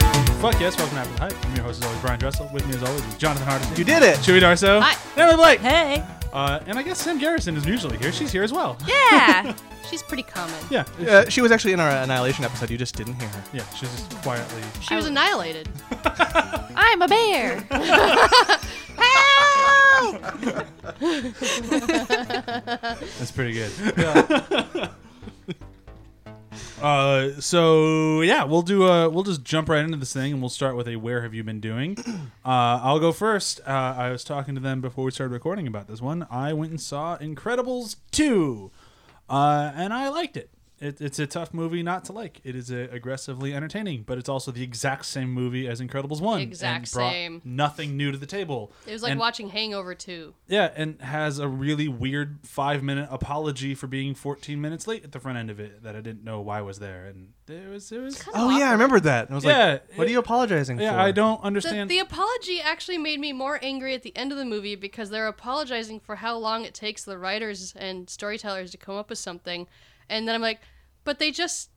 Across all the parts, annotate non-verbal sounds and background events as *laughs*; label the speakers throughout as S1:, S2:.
S1: podcast. Welcome to After the Hype. I'm your host, as always, Brian Dressel. With me, as always, is Jonathan Hardison.
S2: You did it.
S1: Chewy Darso.
S3: Hi.
S1: And Emily Blake.
S3: Hey.
S1: Uh, and I guess Sam Garrison is usually here. She's here as well.
S3: *laughs* Yeah. She's pretty common.
S1: Yeah.
S2: Uh, she was actually in our Annihilation episode. You just didn't hear her.
S1: Yeah, she's just quietly.
S3: She was *laughs* annihilated. I'm a *laughs* bear. Help!
S2: *laughs*
S1: That's pretty
S3: *laughs*
S1: good. *laughs* uh, so yeah, we'll do. Uh, we'll just jump right into this thing, and we'll start with a "Where have you been
S3: *clears throat*
S1: doing?" Uh, I'll go first. Uh, I was talking to them before we started recording about this one. I went and saw Incredibles two, uh, and I liked it. it. It's a tough movie not to like. It is uh aggressively entertaining, but it's also the exact same movie as Incredibles one.
S3: Exact
S1: and brought
S3: same.
S1: Nothing new to the table.
S3: It was like
S1: And-
S3: watching Hangover 2.
S1: yeah, and has a really weird five minute apology for being 14 minutes late at the front end of it that I didn't know why was there. And it was, it was,
S3: Kinda
S2: Oh yeah, I
S3: awkward.
S2: remembered that. And I was
S1: Yeah,
S2: like, "What
S1: it-
S2: are you apologizing for?"
S1: yeah, I don't
S3: The,
S1: understand.
S3: the apology actually made me more angry at the end of the movie because they're apologizing for how long it takes the writers and storytellers to come up with something, and then I'm like, but they just,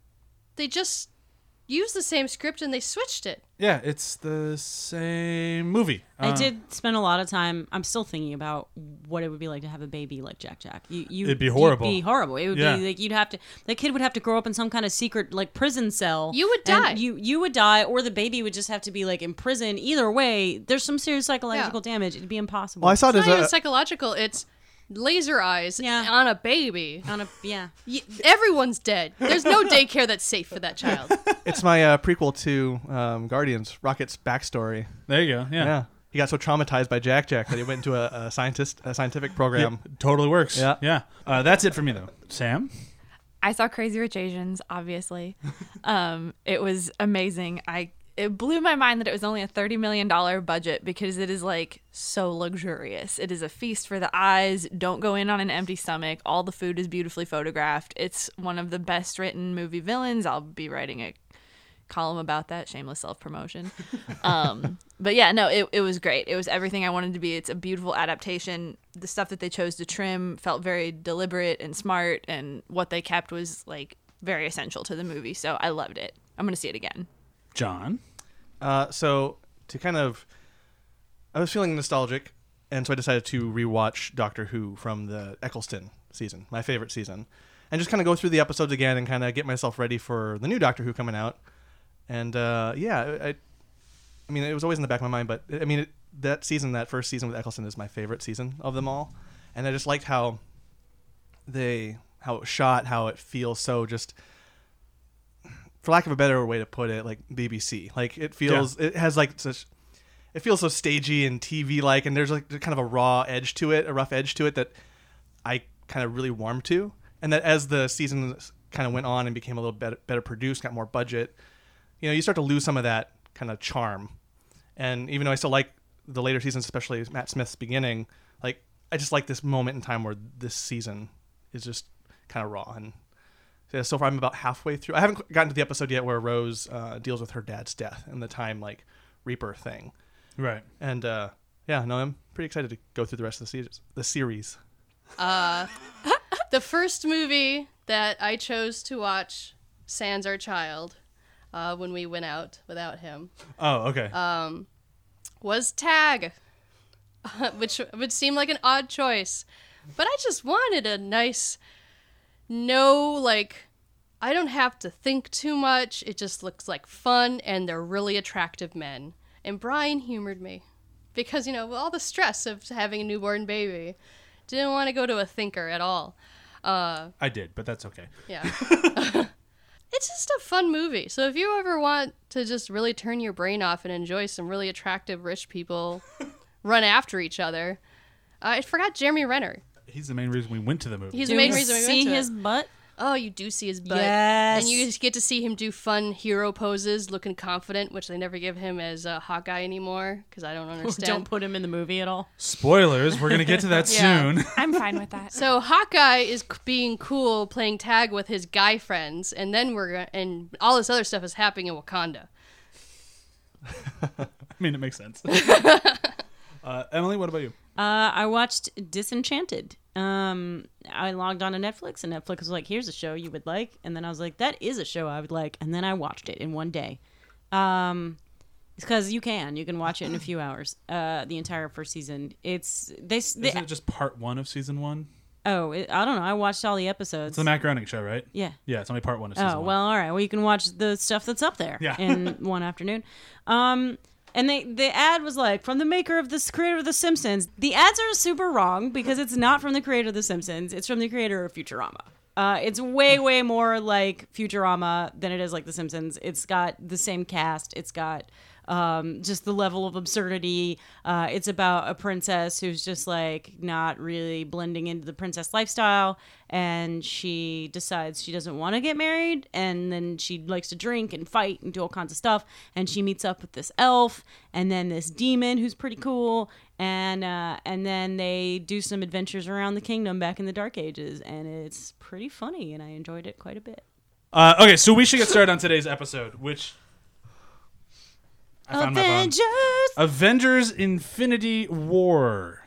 S3: they just used the same script and they switched it.
S1: yeah, it's the same movie.
S4: I
S1: Uh,
S4: did spend a lot of time. I'm still thinking about what it would be like to have a baby like Jack Jack. You, you
S1: It'd be
S4: you'd
S1: horrible.
S4: be horrible. It would
S1: Yeah.
S4: be like you'd have to. The kid would have to grow up in some kind of secret like prison cell.
S3: You would
S4: and
S3: die.
S4: You you would die, or the baby would just have to be like in prison. Either way, there's some serious psychological damage. It'd be impossible.
S2: Well, I saw
S3: It's
S2: there's
S3: not even
S2: a
S3: psychological. It's laser eyes
S4: Yeah.
S3: on a baby.
S4: on a yeah.
S3: Y- everyone's dead. There's no daycare that's safe for that child.
S2: it's my uh, prequel to um, Guardians, Rocket's backstory.
S1: There you go. Yeah.
S2: Yeah. he got so traumatized by Jack Jack that he went into a, a scientist, a scientific program.
S1: It totally works.
S2: Um, Yeah.
S1: Yeah. Uh, that's it for me, though. Sam?
S5: I saw Crazy Rich Asians, obviously. um, it was amazing. I it blew my mind that it was only a thirty million dollar budget because it is like so luxurious. It is a feast for the eyes. Don't go in on an empty stomach. All the food is beautifully photographed. It's one of the best written movie villains. I'll be writing a column about that shameless self-promotion um but yeah no it, it was great it was everything i wanted to be it's a beautiful adaptation the stuff that they chose to trim felt very deliberate and smart and what they kept was like very essential to the movie so i loved it i'm gonna see it again
S1: John?
S2: Uh, so to kind of, I was feeling nostalgic, and so I decided to rewatch Doctor Who from the Eccleston season, my favorite season, and just kind of go through the episodes again and kind of get myself ready for the new Doctor Who coming out. And uh, yeah, I, I- I mean, it was always in the back of my mind, but I mean, it, that season, that first season with Eccleston, is my favorite season of them all, and I just liked how they how it was shot, how it feels so just for lack of a better way to put it, like BBC. Like it feels it has like such it feels so stagey and TV like and there's like kind of a raw edge to it, a rough edge to it that I kind of really warmed to. And that as the season kind of went on and became a little better, better produced, got more budget, you know, you start to lose some of that kind of charm. And even though I still like the later seasons, especially Matt Smith's beginning, like I just like this moment in time where this season is just kind of raw. And yeah, so far I'm about halfway through. I haven't qu- gotten to the episode yet where Rose uh, deals with her dad's death and the time like Reaper thing.
S1: Right.
S2: And uh, yeah, no, I'm pretty excited to go through the rest of the series. The series.
S3: the first movie that I chose to watch, Sans Our Child, uh, when we went out without him,
S1: Oh, okay.
S3: Uh, was Tag, *laughs* which would seem like an odd choice. But I just wanted a nice, no, like, I don't have to think too much. It just looks like fun, and they're really attractive men. And Brian humored me because, you know, all the stress of having a newborn baby. Didn't want to go to a thinker at all. Uh,
S1: I did, but that's okay.
S4: *laughs*
S3: Yeah. *laughs* it's just a fun movie. So if you ever want to just really turn your brain off and enjoy some really attractive rich people
S4: *laughs*
S3: run after each other, uh, I forgot Jeremy Renner.
S1: He's the main reason we went to the movie.
S3: He's
S4: Do
S3: the main
S4: we
S3: reason we
S4: see
S3: went to
S4: his
S3: it.
S4: butt.
S3: Oh, you do see his butt.
S4: Yes.
S3: And you just get to see him do fun hero poses, looking confident, which they never give him as a Hawkeye anymore because I don't understand.
S4: *laughs* Don't put him in the movie at all.
S1: Spoilers. We're going to get to that
S3: *laughs* Yeah.
S1: soon. *laughs*
S5: i'm fine with that
S3: So Hawkeye is c- being cool, playing tag with his guy friends, and then we're go- and all this other stuff is happening in Wakanda.
S1: I mean, it makes sense.
S3: *laughs*
S1: uh, Emily, what about you?
S4: Uh, I watched Disenchanted. Um, I logged on to Netflix, and Netflix was like, "Here's a show you would like," and then I was like, "That is a show I would like," and then I watched it in one day. Um, because you can. You can watch it in a few hours. Uh, the entire first season. It's they. s- they
S1: Isn't it just part one of season one?
S4: oh, it, I don't know. I watched all the episodes.
S1: It's the Matt Groening show, right?
S4: yeah.
S1: Yeah, it's only part one of season
S4: Oh
S1: one.
S4: well, all right. Well, you can watch the stuff that's up there
S1: Yeah.
S4: in one afternoon. Um, and they the ad was like from the maker of this creator of The Simpsons. The ads are super wrong because it's not from the creator of The Simpsons. It's from the creator of Futurama. Uh, it's way way more like Futurama than it is like The Simpsons. It's got the same cast. It's got um, just the level of absurdity. Uh, it's about a princess who's just like not really blending into the princess lifestyle, and she decides she doesn't want to get married, and then she likes to drink and fight and do all kinds of stuff. And she meets up with this elf, and then this demon who's pretty cool, and uh, and then they do some adventures around the kingdom back in the Dark Ages, and it's pretty funny, and I enjoyed it quite a bit.
S1: Uh, okay, so we should get started on today's episode, which I found my phone.
S4: Avengers.
S1: Avengers Infinity War.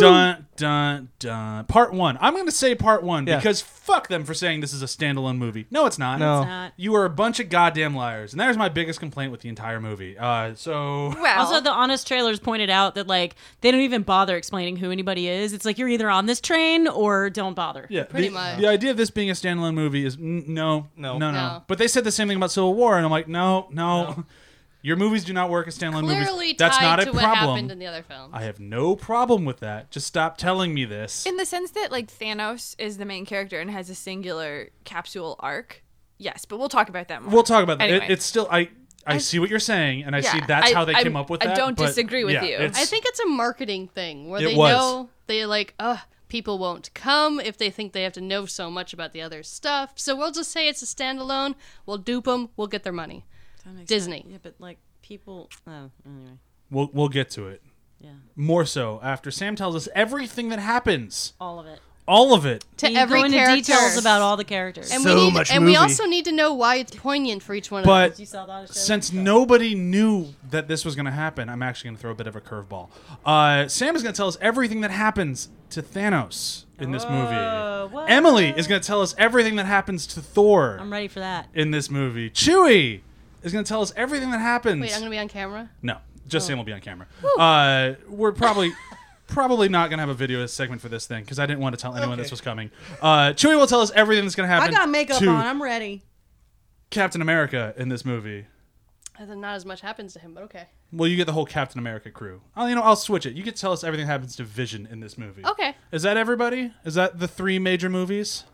S1: Dun dun dun. Part one. I'm gonna say part one
S2: Yeah.
S1: because fuck them for saying this is a standalone movie. No, it's not.
S2: No.
S4: It's not.
S1: You are a bunch of goddamn liars, and that is my biggest complaint with the entire movie. Uh, so
S5: Well,
S4: Also, the honest trailers pointed out that like they don't even bother explaining who anybody is. It's like you're either on this train or don't bother.
S1: yeah,
S3: Pretty
S1: the,
S3: much.
S1: the idea of this being a standalone movie is mm, no,
S2: No.
S1: no, no,
S3: No.
S1: But they said the same thing about Civil War, and I'm like, no, no, *laughs* your movies do not work as standalone
S3: clearly
S1: movies. That's
S3: tied
S1: not
S3: to
S1: a
S3: what
S1: problem.
S3: happened in the other film.
S1: I have no problem with that. Just stop telling me this.
S5: in the sense that like Thanos is the main character and has a singular capsule arc. Yes, but we'll talk about that more.
S1: We'll talk about that. It-
S5: Anyway.
S1: it's still I. I see what you're saying, and I see
S5: Yeah,
S1: that's
S5: I-
S1: how they
S5: I'm-
S1: came up with
S5: I
S1: that.
S5: don't
S1: but
S5: disagree with
S1: yeah,
S5: you.
S1: it's-
S3: I think it's a marketing thing where
S1: It
S3: they
S1: was.
S3: know they like, uh, people won't come if they think they have to know so much about the other stuff. So we'll just say it's a standalone. We'll dupe them. We'll get their money. Disney.
S4: Yeah, but like people. Oh, anyway.
S1: we'll we'll get to it
S4: Yeah.
S1: more so after Sam tells us everything that happens,
S4: All of it.
S1: all of it.
S3: To
S4: You
S3: every
S4: go into
S3: character.
S4: details about all the characters.
S3: and
S2: So
S3: we need,
S2: much
S3: And we
S2: movie.
S3: also need to know why it's poignant for each one of
S1: But
S4: you saw the honest trailers?
S1: since nobody knew that this was going to happen, I'm actually going to throw a bit of a curveball. Uh, Sam is going to tell us everything that happens to Thanos in this movie.
S4: what?
S1: Emily is going to tell us everything that happens to Thor
S4: I'm ready for that.
S1: in this movie. Chewie is going to tell us everything that happens.
S3: them. Wait, I'm going to be on camera?
S1: No, just Sam will be on camera. Uh, we're probably *laughs* probably not gonna have a video segment for this thing because I didn't want to tell anyone this was coming. Uh, Chewie will tell us everything that's gonna happen. to
S4: ready.
S1: Captain America in this movie.
S3: Uh, then Not as much happens to him, but okay.
S1: Well, you get the whole Captain America crew. Oh, you know, I'll switch it. You could tell us everything that happens to Vision in this movie.
S3: Okay.
S1: Is that everybody? Is that the three major movies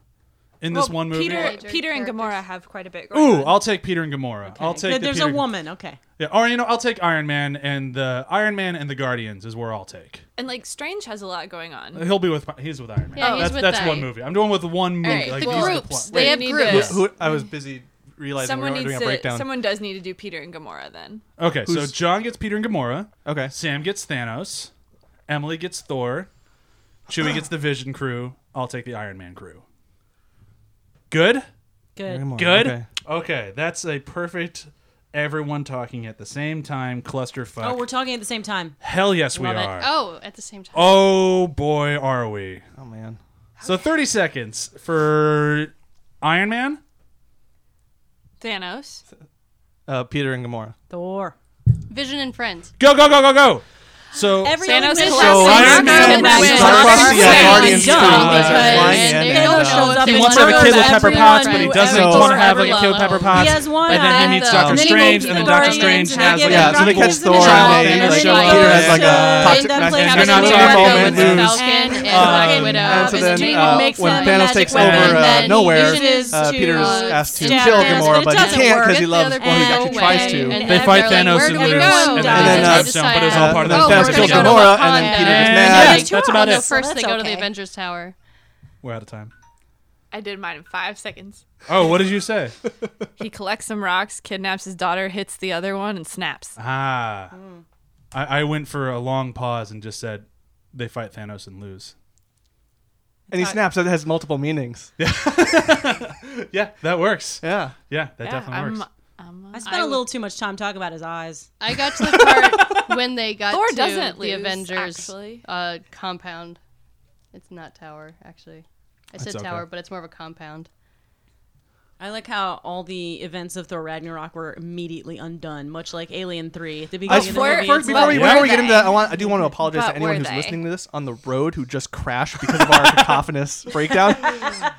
S1: in this
S5: Well,
S1: one movie?
S5: Peter,
S3: Major
S5: Peter and
S3: characters.
S5: Gamora have quite a bit. Going
S1: Ooh,
S5: on.
S1: I'll take Peter and Gamora. I'll take. the
S4: There's
S1: Peter-
S4: a woman. Okay.
S1: Yeah, or you know, I'll take Iron Man and the Iron Man and the Guardians is where I'll take.
S5: and like Strange has a lot going on.
S1: He'll be with he's with Iron Man.
S3: Yeah, he's
S1: that's
S3: with
S1: that's
S3: that.
S1: one movie. I'm doing with one movie.
S5: right,
S1: like
S5: the
S1: these are
S3: groups.
S1: plot-
S3: They
S1: Wait,
S3: have
S5: we need
S3: groups.
S5: this.
S2: Who, I was busy realizing
S5: Someone
S2: we were
S5: needs
S2: doing a
S5: to.
S2: breakdown.
S5: Someone does need to do Peter and Gamora then.
S1: okay, so
S2: who's-
S1: John gets Peter and Gamora.
S2: okay.
S1: Sam gets Thanos. Emily gets Thor. Chewie gets the Vision crew. I'll take the Iron Man crew. Good.
S4: Good.
S1: Good.
S2: Okay.
S1: Okay, that's a perfect. Everyone talking at the same time. Clusterfuck.
S4: Oh, we're talking at the same time.
S1: Hell yes, we
S4: Love it.
S1: are.
S3: Oh, at the same time.
S1: oh boy, are we.
S2: Oh man.
S1: So 30 seconds for Iron Man.
S5: Thanos.
S2: Uh, Peter and Gamora.
S4: Thor.
S3: Vision and Friends.
S1: Go go go go go. So
S4: Every
S5: Thanos
S4: only
S5: collapses.
S4: man-
S5: So
S1: Iron Man
S4: And that's
S5: Stark
S4: not
S5: Fox,
S4: fair.
S5: yeah,
S4: Well
S5: Guardians
S4: done,
S2: too, uh,
S4: because
S2: Flying
S3: they
S2: and,
S3: don't
S2: uh,
S3: show
S4: He
S1: he wants
S3: if
S4: wants
S1: to have a kid with
S3: they know
S4: to go to
S1: Pepper
S4: every
S1: Potts,
S4: one
S1: but he
S4: who
S1: doesn't want
S4: ever
S1: to
S4: goes
S1: have
S4: to
S1: a kid with Pepper
S4: Everlong.
S1: Potts.
S4: He has one
S1: and then
S4: eye.
S1: he meets
S4: And
S1: Doctor
S4: then he
S1: Strange,
S4: goes
S1: and then
S4: to
S1: Doctor
S4: the
S1: Strange has
S4: Guardians, and they
S1: like
S2: Yeah, so they
S4: get Doctor
S2: catch Thor
S4: Strange in the
S2: and they
S4: shower, and
S2: like,
S4: everybody
S2: Peter has, like, a
S4: goes to-
S2: toxic
S4: then
S2: masculinity.
S4: Black
S1: You're not
S4: Widow
S1: talking about women
S4: goes to
S1: who's-
S3: Falcon
S4: Falcon, and
S3: and
S4: Black
S3: Um,
S4: Widow,
S2: and so
S4: and
S2: then,
S4: Jamie
S2: uh,
S4: makes
S2: when
S4: him a
S2: Thanos
S4: magic
S2: takes
S4: weapon,
S2: over, uh,
S4: then
S2: Nowhere,
S4: he uses
S2: uh,
S4: to,
S2: Peter's
S4: uh,
S2: asked to
S4: stab
S2: kill
S4: Thanos,
S2: Gamora,
S4: but it
S2: but he
S4: doesn't
S2: can't
S4: work.
S2: 'cause he loves-
S3: Get the
S2: well, he
S3: other
S2: actually
S3: guy
S2: tries
S3: away.
S2: to.
S3: And
S2: They
S1: They
S3: then
S1: fight
S3: they're like,
S1: Thanos
S3: where
S1: and
S3: do we
S1: lose,
S3: go?
S1: and
S4: Dies.
S1: then
S4: And
S1: uh,
S4: they
S1: some, but it's
S3: decide-
S1: all part of the
S2: Uh,
S3: oh,
S2: Thanos
S3: we're
S2: kills
S3: gonna go to
S2: Gamora, and
S3: Wakanda.
S2: then Peter is
S1: And
S2: mad.
S1: yeah, that's about
S4: Wakanda
S1: it.
S4: first.
S3: First, they
S4: Well, that's
S3: go to the
S4: okay.
S3: Avengers Tower.
S1: We're out of time.
S5: I did mine in five seconds.
S1: Oh, what did you
S2: *laughs*
S1: say?
S5: He collects some rocks, kidnaps his daughter, hits the other one, and snaps.
S1: Ah, I, I went for a long pause and just said, "They fight Thanos and lose."
S2: And he snaps. That has multiple meanings.
S1: Yeah, that works.
S2: Yeah.
S1: Yeah, that definitely
S5: I'm,
S1: works.
S5: I'm,
S4: I spent a little too much time talking about his eyes.
S3: I got to the part when they got
S5: Thor
S3: to
S5: doesn't
S3: the
S5: lose,
S3: Avengers
S5: actually.
S3: Uh, compound. It's not tower, actually. I said
S1: That's okay.
S3: tower, but it's more of a compound.
S4: I like how all the events of Thor Ragnarok were immediately undone, much like Alien Three at the
S2: I
S4: beginning of the
S2: swear,
S4: movie.
S5: before-
S4: it's
S2: before, we,
S5: like-
S2: before we get
S5: Were
S2: into that, I, want, I do want to apologize
S5: *laughs* But
S2: to anyone
S5: were
S2: who's
S5: they?
S2: listening to this on the road who just crashed because of
S5: *laughs*
S2: our cacophonous breakdown.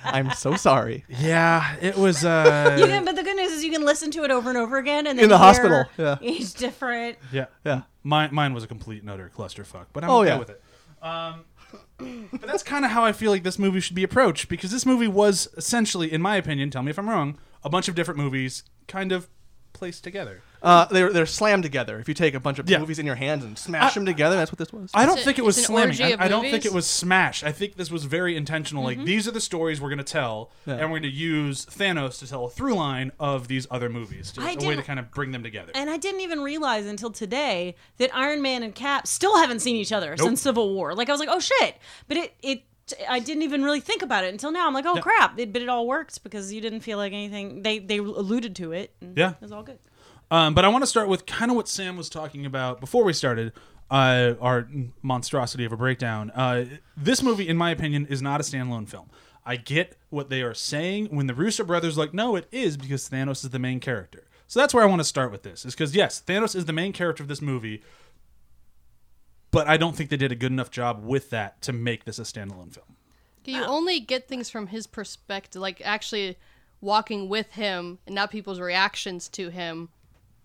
S2: I'm so sorry.
S1: Yeah, it was.
S4: *laughs* You
S1: Uh,
S4: can, but the good news is you can listen to it over and over again, and then
S2: In the
S4: hear
S2: hospital, yeah.
S4: each different.
S1: yeah,
S2: Yeah.
S1: mine mine was a complete and utter clusterfuck, but I'm
S2: Oh,
S1: okay
S2: yeah.
S1: with it. Um, but that's kind of how I feel like this movie should be approached because this movie was essentially, in my opinion, tell me if I'm wrong, a bunch of different movies kind of placed together.
S2: Uh, they're they're slammed together. If you take a bunch of
S1: Yeah.
S2: movies in your hands and smash them together, that's what this was.
S1: I don't
S3: it-
S1: think it
S3: it's
S1: was
S3: an
S1: slamming.
S3: orgy
S1: I,
S3: of
S1: I don't think
S3: movies? Mm-hmm.
S1: it was smash. I think this was very intentional. Like these are the stories we're going to tell, and we're going to use Thanos to tell a through line of these other movies, to,
S4: I
S1: a way to
S4: didn't-
S1: kind of bring them together.
S4: And I didn't even realize until today that Iron Man and Cap still haven't seen each other since Civil War. Like I was like, oh shit, but it it. I didn't even really think about it until now. I'm like, oh crap! It, but it all worked because you didn't feel like anything. They they alluded to it. And
S1: Yeah.
S4: it was all good.
S1: Um, but I want to start with kind of what Sam was talking about before we started uh, our monstrosity of a breakdown. Uh, this movie, in my opinion, is not a standalone film. I get what they are saying when the Russo brothers like, no, it is because Thanos is the main character. So that's where I want to start with this, is because yes, Thanos is the main character of this movie, but I don't think they did a good enough job with that to make this a standalone film.
S3: You
S1: Uh,
S3: only get things from his perspective, like actually walking with him and not people's reactions to him,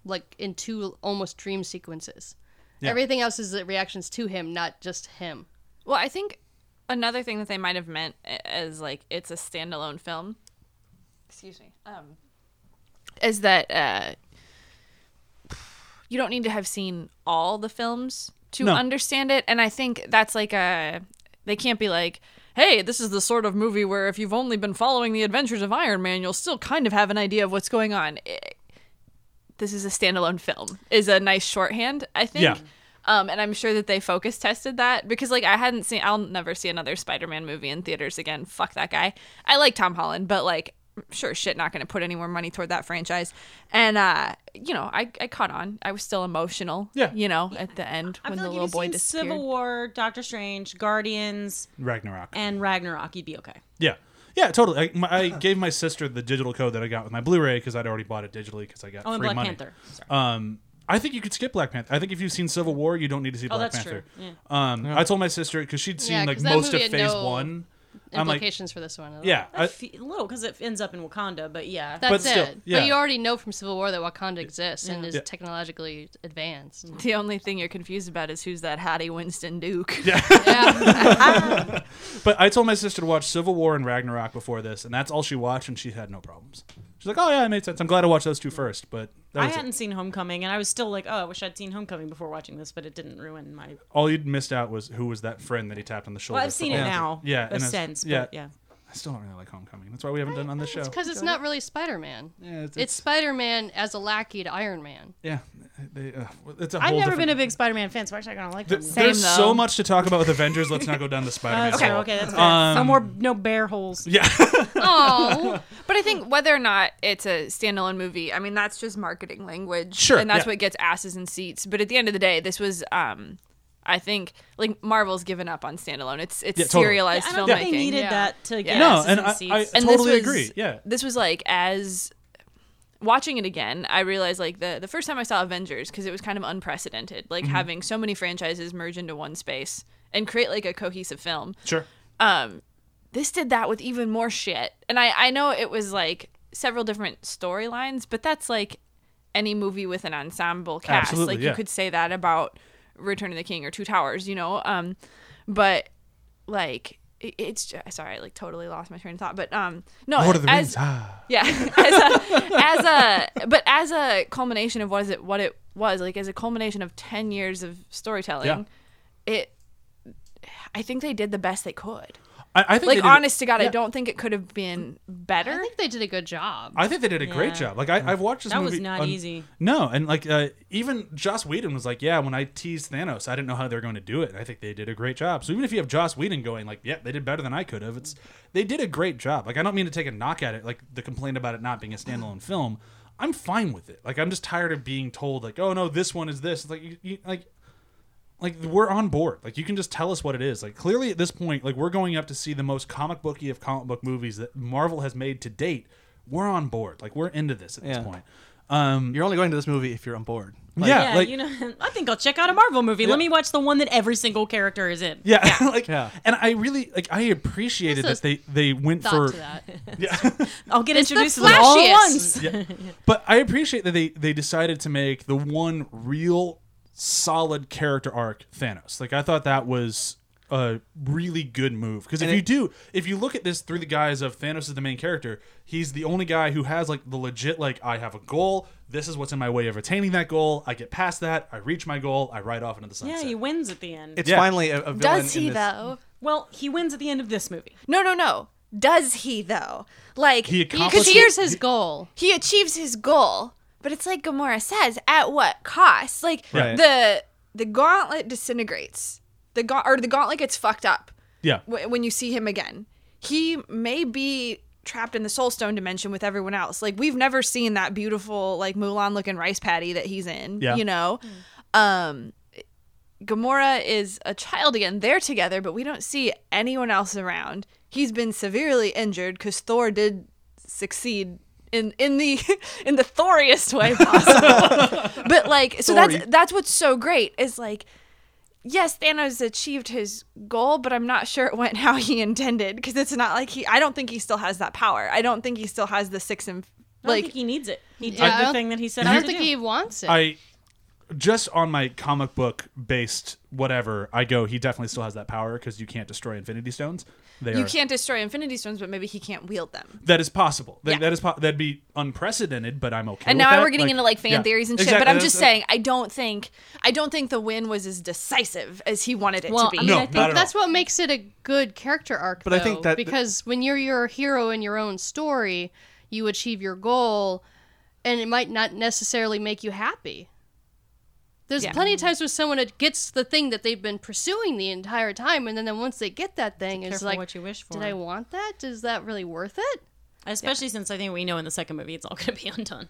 S3: like in two almost dream sequences. Everything else is the reactions to him, not just him.
S5: Well, I think another thing that they might have meant i- is like it's a standalone film. Excuse me. Um, is that uh, you don't need to have seen all the films to
S1: No.
S5: understand it, and I think that's like a they can't be like. Hey, this is the sort of movie where if you've only been following the adventures of Iron Man, you'll still kind of have an idea of what's going on. I- this is a standalone film is a nice shorthand i think
S1: Yeah.
S5: um and i'm sure that they focus tested that because like i hadn't seen i'll never see another spider-man movie in theaters again fuck that guy i like tom holland but like sure shit not gonna put any more money toward that franchise and uh you know i, I caught on i was still emotional
S1: Yeah.
S5: you know at the end
S4: I
S5: when
S4: feel
S5: the
S4: like
S5: little
S4: if
S5: boy
S4: you've seen
S5: disappeared
S4: Civil War, Doctor Strange, Guardians,
S1: Ragnarok.
S4: and Ragnarok, you'd be okay.
S1: Yeah. Yeah, totally. I, my, I gave my sister the digital code that I got with my Blu-ray because I'd already bought it digitally because I got
S4: Oh, and
S1: free
S4: Black
S1: money.
S4: Panther. Sorry.
S1: Um, I think you could skip Black Panther. I think if you've seen Civil War, you don't need to see
S4: oh,
S1: Black
S4: that's
S1: Panther.
S4: true. Yeah.
S1: Um, I told my sister because she'd seen
S3: Yeah,
S1: like
S3: 'cause that
S1: most of
S3: movie had
S1: Phase
S3: no
S1: One. I'm like,
S3: Implications for this one. at all.
S4: *laughs*
S1: yeah,
S4: I
S1: I,
S4: fe- a little because it ends up in Wakanda, but yeah.
S3: That's
S1: still,
S3: it.
S1: yeah.
S3: But you already know from Civil War that Wakanda exists and is
S1: Yeah.
S3: technologically advanced.
S5: the only thing you're confused about is who's that hottie winston duke
S3: Yeah.
S1: but I told my sister to watch Civil War and Ragnarok before this, and that's all she watched, and she had no problems. She's like, oh yeah, it made sense. I'm glad I watched those two first, but that
S4: I
S1: was it.
S4: hadn't seen Homecoming, and I was still like, oh, I wish I'd seen Homecoming before watching this, but it didn't ruin my.
S1: all you'd missed out was who was that friend that he tapped on the shoulder.
S4: Well, I've
S1: for
S4: seen it
S1: all-
S4: now.
S1: Yeah, and
S4: a
S1: it's-
S4: sense.
S1: yeah.
S4: but yeah.
S1: I still don't really like Homecoming. That's why we haven't done it on this show.
S3: Because it's not really Spider Man.
S1: Yeah, it's-
S3: it's Spider Man as a lackey to
S1: *laughs*
S3: Iron Man.
S1: Yeah, they, uh, it's a
S4: I've
S1: whole
S4: never
S1: different-
S4: been a big Spider-Man fan, so I'm actually gonna like
S1: Th-
S4: this.
S1: there's
S5: though.
S1: so much to talk about with Avengers. Let's not go
S4: *laughs*
S1: down the Spider-Man.
S4: okay,
S1: hole.
S4: okay, that's fair. no more, no bear holes.
S1: Um, Yeah.
S3: Oh,
S5: But I
S1: Hmm.
S5: think whether or not it's a standalone movie, I mean that's just marketing language,
S1: Sure,
S5: and that's
S1: yeah.
S5: what gets asses in seats. But at the end of the day, this was, um, I think, like Marvel's given up on standalone. It's it's
S1: Yeah, totally.
S5: serialized
S4: I don't
S5: filmmaking.
S4: think they needed
S3: Yeah.
S4: that to get
S5: No,
S4: asses
S1: and
S4: in
S1: I-
S4: seats.
S1: I-
S5: and
S1: Totally
S5: this was,
S1: agree, yeah.
S5: this was like as watching it again, I realized like the the first time I saw Avengers because it was kind of unprecedented, like
S1: Mm-hmm.
S5: having so many franchises merge into one space and create like a cohesive film.
S1: sure.
S5: um this did that with even more shit and i i know it was like several different storylines but that's like any movie with an ensemble cast
S1: Absolutely,
S5: like
S1: yeah.
S5: you could say that about return of the king or two towers you know um but like it- it's ju- sorry i like totally lost my train of thought but um no as, yeah *laughs* as a, as a but as a culmination of what is it what it was like as a culmination of 10 years of storytelling
S1: Yeah.
S5: it i think they did the best they could
S1: I, I think they
S5: like
S1: did a-
S5: honest to god
S1: yeah.
S5: i don't think it could have been
S3: I
S5: better
S3: think they did a good job.
S1: I think they did a great
S4: Yeah.
S1: job. Like I, I've watched this
S4: That was
S1: movie.
S4: not
S1: on-
S4: easy.
S1: No, and like uh, even Joss Whedon was like, "Yeah, when I teased Thanos, I didn't know how they were going to do it." And I think they did a great job. So even if you have Joss Whedon going like, "Yeah, they did better than I could have," it's they did a great job. Like I don't mean to take a knock at it. Like the complaint about it not being a standalone film, I'm fine with it. Like I'm just tired of being told like, "Oh no, this one is this." It's like you, you like like we're on board. Like you can just tell us what it is. Like clearly at this point, like we're going up to see the most comic booky of comic book movies that Marvel has made to date. we're on board. Like we're into this at
S2: Yeah.
S1: this point. Um,
S2: Mm, You're only going to this movie if you're on board. Like,
S1: yeah,
S4: yeah,
S1: like *laughs*
S4: you know, I think I'll check out a Marvel movie. Let me watch the one that every single character is in.
S1: yeah, *laughs* like
S2: Yeah.
S1: and I really like I appreciated
S3: There's
S1: that they they went for
S3: Thought to
S1: *laughs*
S3: that.
S4: I'll get
S3: It's the
S4: introduced to them all at
S3: flashiest.
S4: once.
S1: yeah. But I appreciate that they they decided to make the one real solid character arc Thanos. Like I thought that was a really good move because if
S2: And
S1: you
S2: it-
S1: do if you look at this through the guise of Thanos is the main character, he's the only guy who has like the legit like I have a goal, this is what's in my way of attaining that goal, I get past that, I reach my goal, I ride off into the
S4: Yeah,
S1: sunset.
S4: he wins at the end.
S2: It's
S1: Yeah.
S2: finally a, a villain.
S5: Does
S2: in
S5: he
S2: this-
S5: though?
S4: well, he wins at the end of this movie.
S5: No, no, no. Does he though? Like
S1: He
S5: because
S1: accomplished-
S3: Here's
S5: here's
S3: his goal.
S5: he achieves his goal, but it's like Gamora says, at what cost? Like
S2: Right.
S5: the the gauntlet disintegrates. The ga- or the gauntlet gets fucked up
S1: yeah.
S5: w- when you see him again. He may be trapped in the soul stone dimension with everyone else. Like we've never seen that beautiful like Mulan looking rice paddy that he's in,
S1: Yeah.
S5: you know. Um Gamora is a child again. They're together, but we don't see anyone else around. He's been severely injured cuz Thor did succeed in in the *laughs* in the
S1: *laughs*
S5: thoriest way possible. but like so that's that's what's so great is like yes, Thanos achieved his goal, but I'm not sure *laughs* it went how he intended because it's not like he. I don't think he still has that power. I don't think he still has the six and
S4: I don't
S5: like.
S4: think he needs it. He did
S3: Yeah, I
S4: the
S3: don't-
S4: thing that he said
S3: I
S4: out
S3: don't
S4: to
S3: think
S4: do.
S3: he wants it.
S1: I just on my comic book based whatever, I go he definitely still has that power because you can't destroy infinity stones. They
S5: you
S1: are
S5: can't destroy Infinity Stones, but maybe he can't wield them.
S1: That is possible. That,
S5: Yeah.
S1: that is po- that'd be unprecedented, but I'm okay.
S5: And
S1: with
S5: now
S1: that.
S5: we're getting into like fan
S1: yeah.
S5: theories and shit.
S1: Exactly.
S5: But I'm
S1: That's-
S5: just saying, I don't think, I don't think the win was as decisive as he wanted it
S3: well,
S5: to be.
S3: I mean,
S1: No,
S3: I think
S1: not at
S3: that's what makes it a good character arc.
S2: But I think
S3: though,
S2: that-
S3: because when you're your hero in your own story, you achieve your goal, and it might not necessarily make you happy. There's plenty of times where someone that gets the thing that they've been pursuing the entire time, and then, then once they get that thing, it's
S4: Careful
S3: like,
S4: what you wish for.
S3: did I want that? Is that really worth it?
S4: Especially since I think we know in the second movie it's all going to be undone.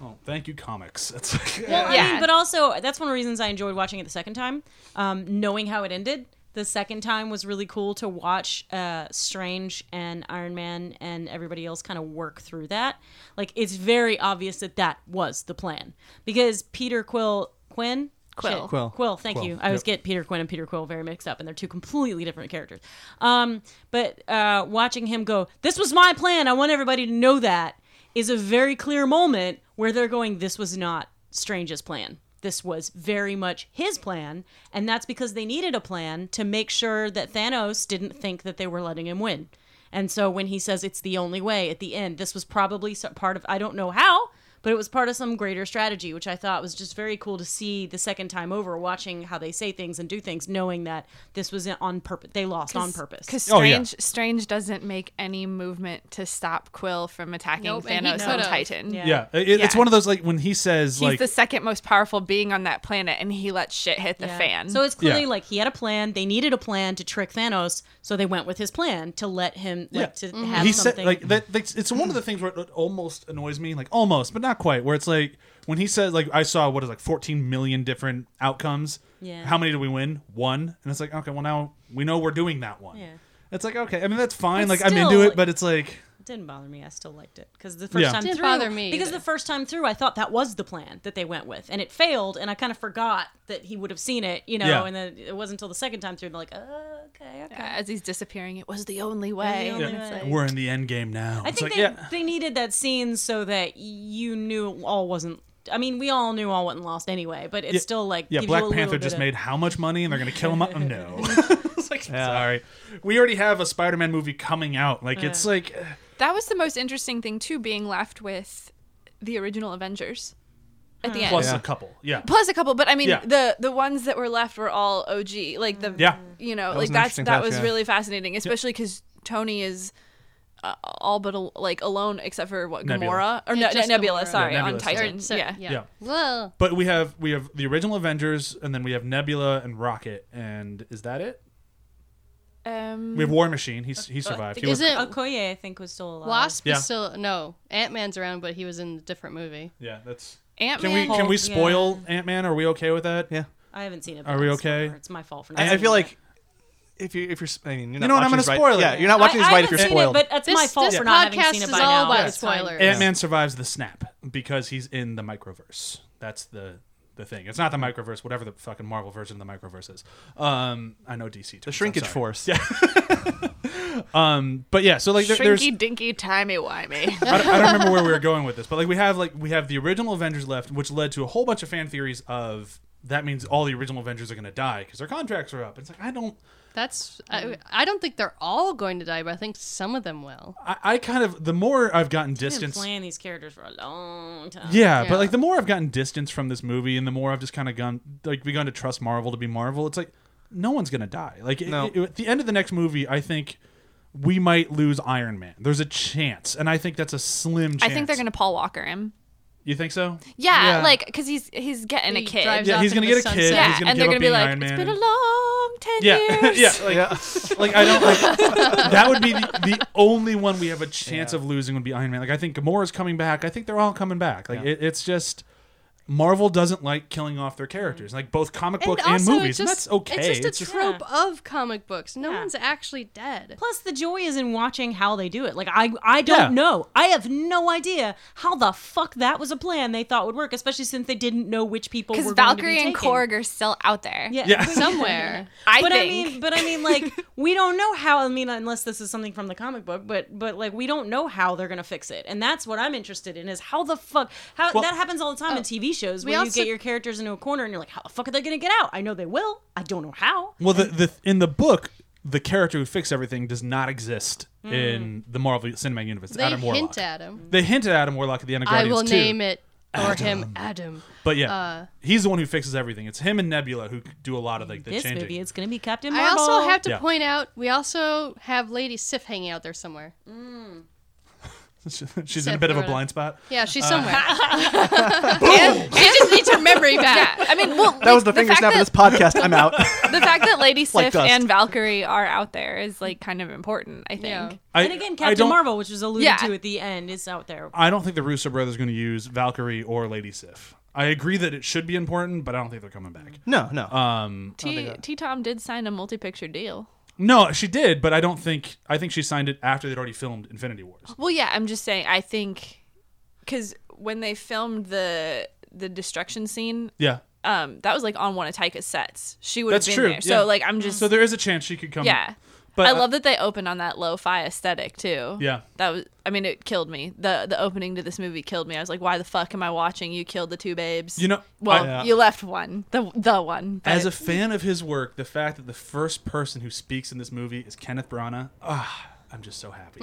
S1: Oh, thank you, comics. *laughs* That's
S4: Well, I
S5: Yeah.
S4: mean, but also that's one of the reasons I enjoyed watching it the second time, um, knowing how it ended. The second time was really cool to watch uh, Strange and Iron Man and everybody else kind of work through that. Like it's very obvious that that was the plan because Peter Quill Quinn. Quill.
S2: Quill.
S4: Quill, thank you. I always get Peter Quinn and Peter Quill very mixed up, and they're two completely different characters. Um, but uh, watching him go, this was my plan. I want everybody to know that is a very clear moment where they're going, This was not Strange's plan. This was very much his plan. And that's because they needed a plan to make sure that Thanos didn't think that they were letting him win. And so when he says it's the only way at the end, this was probably some part of, I don't know how, but it was part of some greater strategy, which I thought was just very cool to see the second time over, watching how they say things and do things, knowing that this was on purpose. They lost on purpose.
S5: Because
S1: Oh, yeah.
S5: Strange, Strange doesn't make any movement to stop Quill from attacking
S3: Nope, and he
S5: Thanos
S3: could've.
S5: and Titan.
S4: Yeah.
S1: yeah. It, It's
S5: Yeah.
S1: one of those like when he says
S5: He's
S1: like
S5: the second most powerful being on that planet, and he lets shit hit the
S4: Yeah.
S5: fan.
S4: So it's clearly
S1: Yeah.
S4: like he had a plan. They needed a plan to trick Thanos, so they went with his plan to let him like to
S1: Yeah.
S3: Mm-hmm.
S5: Mm-hmm.
S4: have
S1: he
S4: something.
S1: said like that. That's, it's one of the things where it almost annoys me, like almost, but not quite. Where it's like when he says like I saw what is like 14 million different outcomes.
S4: Yeah.
S1: How many did we win? One. And it's like okay, well now we know we're doing that one.
S4: Yeah.
S1: It's like okay, I mean that's fine.
S4: But
S1: like I'm
S4: still,
S1: into it,
S4: like-
S1: but it's like
S4: it didn't bother me. I still liked it because the first
S1: Yeah.
S4: time
S3: Didn't
S4: through,
S3: bother me
S4: because
S3: either.
S4: the first time through, I thought that was the plan that they went with, and it failed. And I kind of forgot that he would have seen it, you know.
S1: Yeah.
S4: And then it wasn't until the second time through, like, oh, okay, okay.
S5: uh, as he's disappearing, it was the only way.
S4: only
S5: And
S4: way.
S5: it's like-
S1: we're in the end game now.
S4: I
S1: it's
S4: think
S1: like
S4: they,
S1: yeah.
S4: they needed that scene so that you knew all wasn't. I mean, we all knew all wasn't lost anyway, but it's still like
S1: Yeah,
S4: gives you a
S1: Black
S4: little
S1: Panther
S4: bit
S1: just
S4: of-
S1: made how much money and they're going to kill him? *laughs* Oh, no. it's like, sorry. We already have a Spider Man movie coming out. Like, it's like, eh,
S5: That was the most interesting thing too, being left with the original Avengers at the end.
S1: plus
S5: Plus,
S1: a couple. Yeah.
S5: a couple, but I mean,
S1: Yeah.
S5: the the ones that were left were all OG. Like the
S1: Yeah.
S5: you know,
S2: was
S5: like
S2: an
S5: that's
S2: interesting
S5: that
S2: touch,
S5: was
S2: yeah.
S5: really fascinating, especially because Tony is. Uh, all but al- like alone, except for what
S1: Nebula.
S5: Gamora or
S3: Yeah,
S5: no,
S3: just
S5: Nebula.
S3: Gamora.
S5: Sorry,
S1: Yeah,
S5: on
S1: Nebula's
S3: Or
S5: Titan.
S3: it's-
S5: yeah.
S1: Yeah.
S3: Well,
S1: But we have we have the original Avengers, and then we have Nebula and Rocket, and is that it?
S5: Um,
S1: We have War Machine. He's he survived. He was,
S3: isn't
S4: Okoye, I think, was still alive.
S3: Wasp
S1: Yeah.
S3: is still no Ant Man's around, but he was in a different movie.
S1: yeah, that's.
S5: Ant
S1: Can we
S5: Man.
S1: can we
S4: Hulk,
S1: spoil Ant Man? Are we okay with that?
S2: Yeah.
S4: I haven't seen it.
S1: Are
S4: but
S1: we
S4: I'm
S1: okay?
S4: sorry. It's my fault for not.
S2: I, I
S4: seeing
S2: feel
S4: it.
S2: like if you if you're I mean you're not
S1: You know what, I'm
S2: watching
S1: gonna
S2: this
S1: spoil
S2: right.
S1: it.
S2: Yeah, you're not watching
S4: I,
S2: this
S4: I
S2: right if you're
S4: haven't seen
S2: spoiled.
S4: It, but that's my
S3: This-
S4: fault
S3: this
S4: for not having
S3: podcast
S4: seen it
S3: is
S4: by
S3: all
S4: now.
S3: about
S4: It's fine.
S3: spoilers.
S1: Ant Man survives the snap because he's in the microverse. That's the the thing. It's not the microverse, whatever the fucking Marvel version of the microverse is. Um, I know DC.
S2: the shrinkage force. Yeah.
S1: Um, but yeah, so like there, there's
S6: Shrinky dinky timey wimey.
S1: I don't, I don't remember where we
S5: *laughs*
S1: were going with this, but like we have like we have the original Avengers left, which led to a whole bunch of fan theories of that means all the original Avengers are going to die because their contracts are up. It's like I don't,
S3: That's I, I don't think they're all going to die, but I think some of them will.
S1: I, I kind of the more I've gotten
S4: I've been
S1: distance.
S4: playing these characters for a long time.
S1: Yeah,
S3: Yeah.
S1: but like the more I've gotten distance from this movie, and the more I've just kind of gone like begun to trust Marvel to be Marvel. It's like no one's gonna die. Like it-
S2: No.
S1: it- at the end of the next movie, I think we might lose Iron Man. There's a chance, and I think that's a slim. chance.
S5: I think they're gonna Paul Walker him.
S1: You think so?
S5: Yeah,
S2: Yeah.
S5: like 'cause like because he's he's getting
S3: He
S5: a kid.
S3: drives
S1: Yeah,
S3: off
S1: he's
S3: into
S1: gonna
S3: the
S1: get a kid.
S3: sunset.
S5: yeah,
S1: he's gonna
S5: and
S1: give
S5: they're
S1: up
S5: gonna be
S1: being
S5: like,
S1: Iron
S5: it's
S1: Man
S5: been a
S1: and-
S5: long ten
S1: Yeah, *laughs*
S5: years.
S1: yeah. Like,
S2: *laughs*
S1: like I don't like
S3: *laughs*
S1: that would be the, the only one we have a chance
S2: Yeah.
S1: of losing would be Iron Man. Like I think Gamora's coming back. I think they're all coming back. Like it, it's just Marvel doesn't like killing off their characters, like both comic book and,
S3: also,
S1: movies.
S3: It's
S1: and
S3: just,
S1: that's okay.
S3: It's just a
S1: It's just-
S3: trope of comic books. No one's actually dead.
S4: Plus, the joy is in watching how they do it. Like, I, I don't
S1: Yeah.
S4: know. I have no idea how the fuck that was a plan they thought would work, especially since they didn't know which people were
S5: Because
S4: going to be
S5: Valkyrie and
S4: taken.
S5: Korg are still out there.
S4: Yeah.
S1: Yeah.
S3: *laughs* *laughs* Somewhere.
S5: I
S4: but
S5: think.
S4: I
S5: *laughs*
S4: mean, but I
S1: *laughs*
S4: mean, like we don't know how. I mean, unless this is something from the comic book, but but like we don't know how they're gonna fix it, and that's what I'm interested in is how the fuck how that happens all the
S1: oh,
S4: time in TV shows
S3: we
S4: where you
S3: also-
S4: get your characters into a corner and you're like, how the fuck are they gonna get out? I know they will. I don't know how.
S1: Well, the, the in the book, the character who fixed everything does not exist in the Marvel Cinematic Universe.
S3: Hmm. They
S1: Adam Warlock.
S3: hint at him.
S1: they hint at Adam Warlock at the end of
S3: I
S1: Guardians
S3: will
S1: 2.
S3: name it or him Adam.
S1: But yeah,
S3: uh,
S1: he's the one who fixes everything. It's him and Nebula who do a lot of like the
S4: This
S1: changing.
S4: movie, it's gonna be Captain
S3: I
S4: Marvel.
S3: also have to
S1: Yeah.
S3: point out we also have Lady Sif hanging out there somewhere.
S1: *laughs* She's in a bit of a
S3: Separate.
S1: blind spot.
S3: Yeah, she's somewhere.
S1: *laughs*
S3: *laughs* and she just needs her memory back.
S5: I mean, well,
S2: That was the,
S5: the
S2: finger
S5: fact
S2: snap of
S5: that
S2: this podcast. I'm out.
S5: the fact that
S1: *laughs*
S5: Lady
S2: Like
S5: Sif
S2: dust.
S5: and Valkyrie are out there is like kind of important. I think.
S3: Yeah.
S1: I-
S4: and again,
S1: I
S4: Captain
S1: don't-
S4: Marvel, which was alluded
S5: Yeah.
S4: to at the end, is
S1: *laughs*
S4: out there.
S1: I don't think the Russo brothers are going to use Valkyrie or Lady Sif. I agree that it should be important, but I don't think they're coming back.
S5: Mm-hmm.
S2: No, no.
S1: Um,
S5: T T Tom did sign a multi-picture deal.
S1: no, she did, but I don't think. I think she signed it after they'd already filmed Infinity Wars.
S5: Well, yeah, I'm just saying. I think because when they filmed the the destruction scene,
S1: Yeah,
S5: um, that was like on one of Taika's sets. She would have
S1: that's
S5: been
S1: true.
S5: there. So
S1: yeah.
S5: like, I'm just
S1: So there is a chance she could come.
S5: yeah.
S1: but
S5: I love that they opened on that lo-fi aesthetic too.
S1: Yeah.
S5: that was. I mean, it killed me. the The opening to this movie killed me. I was like, why the fuck am I watching? You killed the two babes.
S1: You know,
S5: well,
S1: I-
S5: you left one. The the one.
S1: As a
S5: but-
S1: fan of his work, the fact that the first person who speaks in this movie is Kenneth Branagh, ah, I'm just so
S5: *laughs*
S1: happy.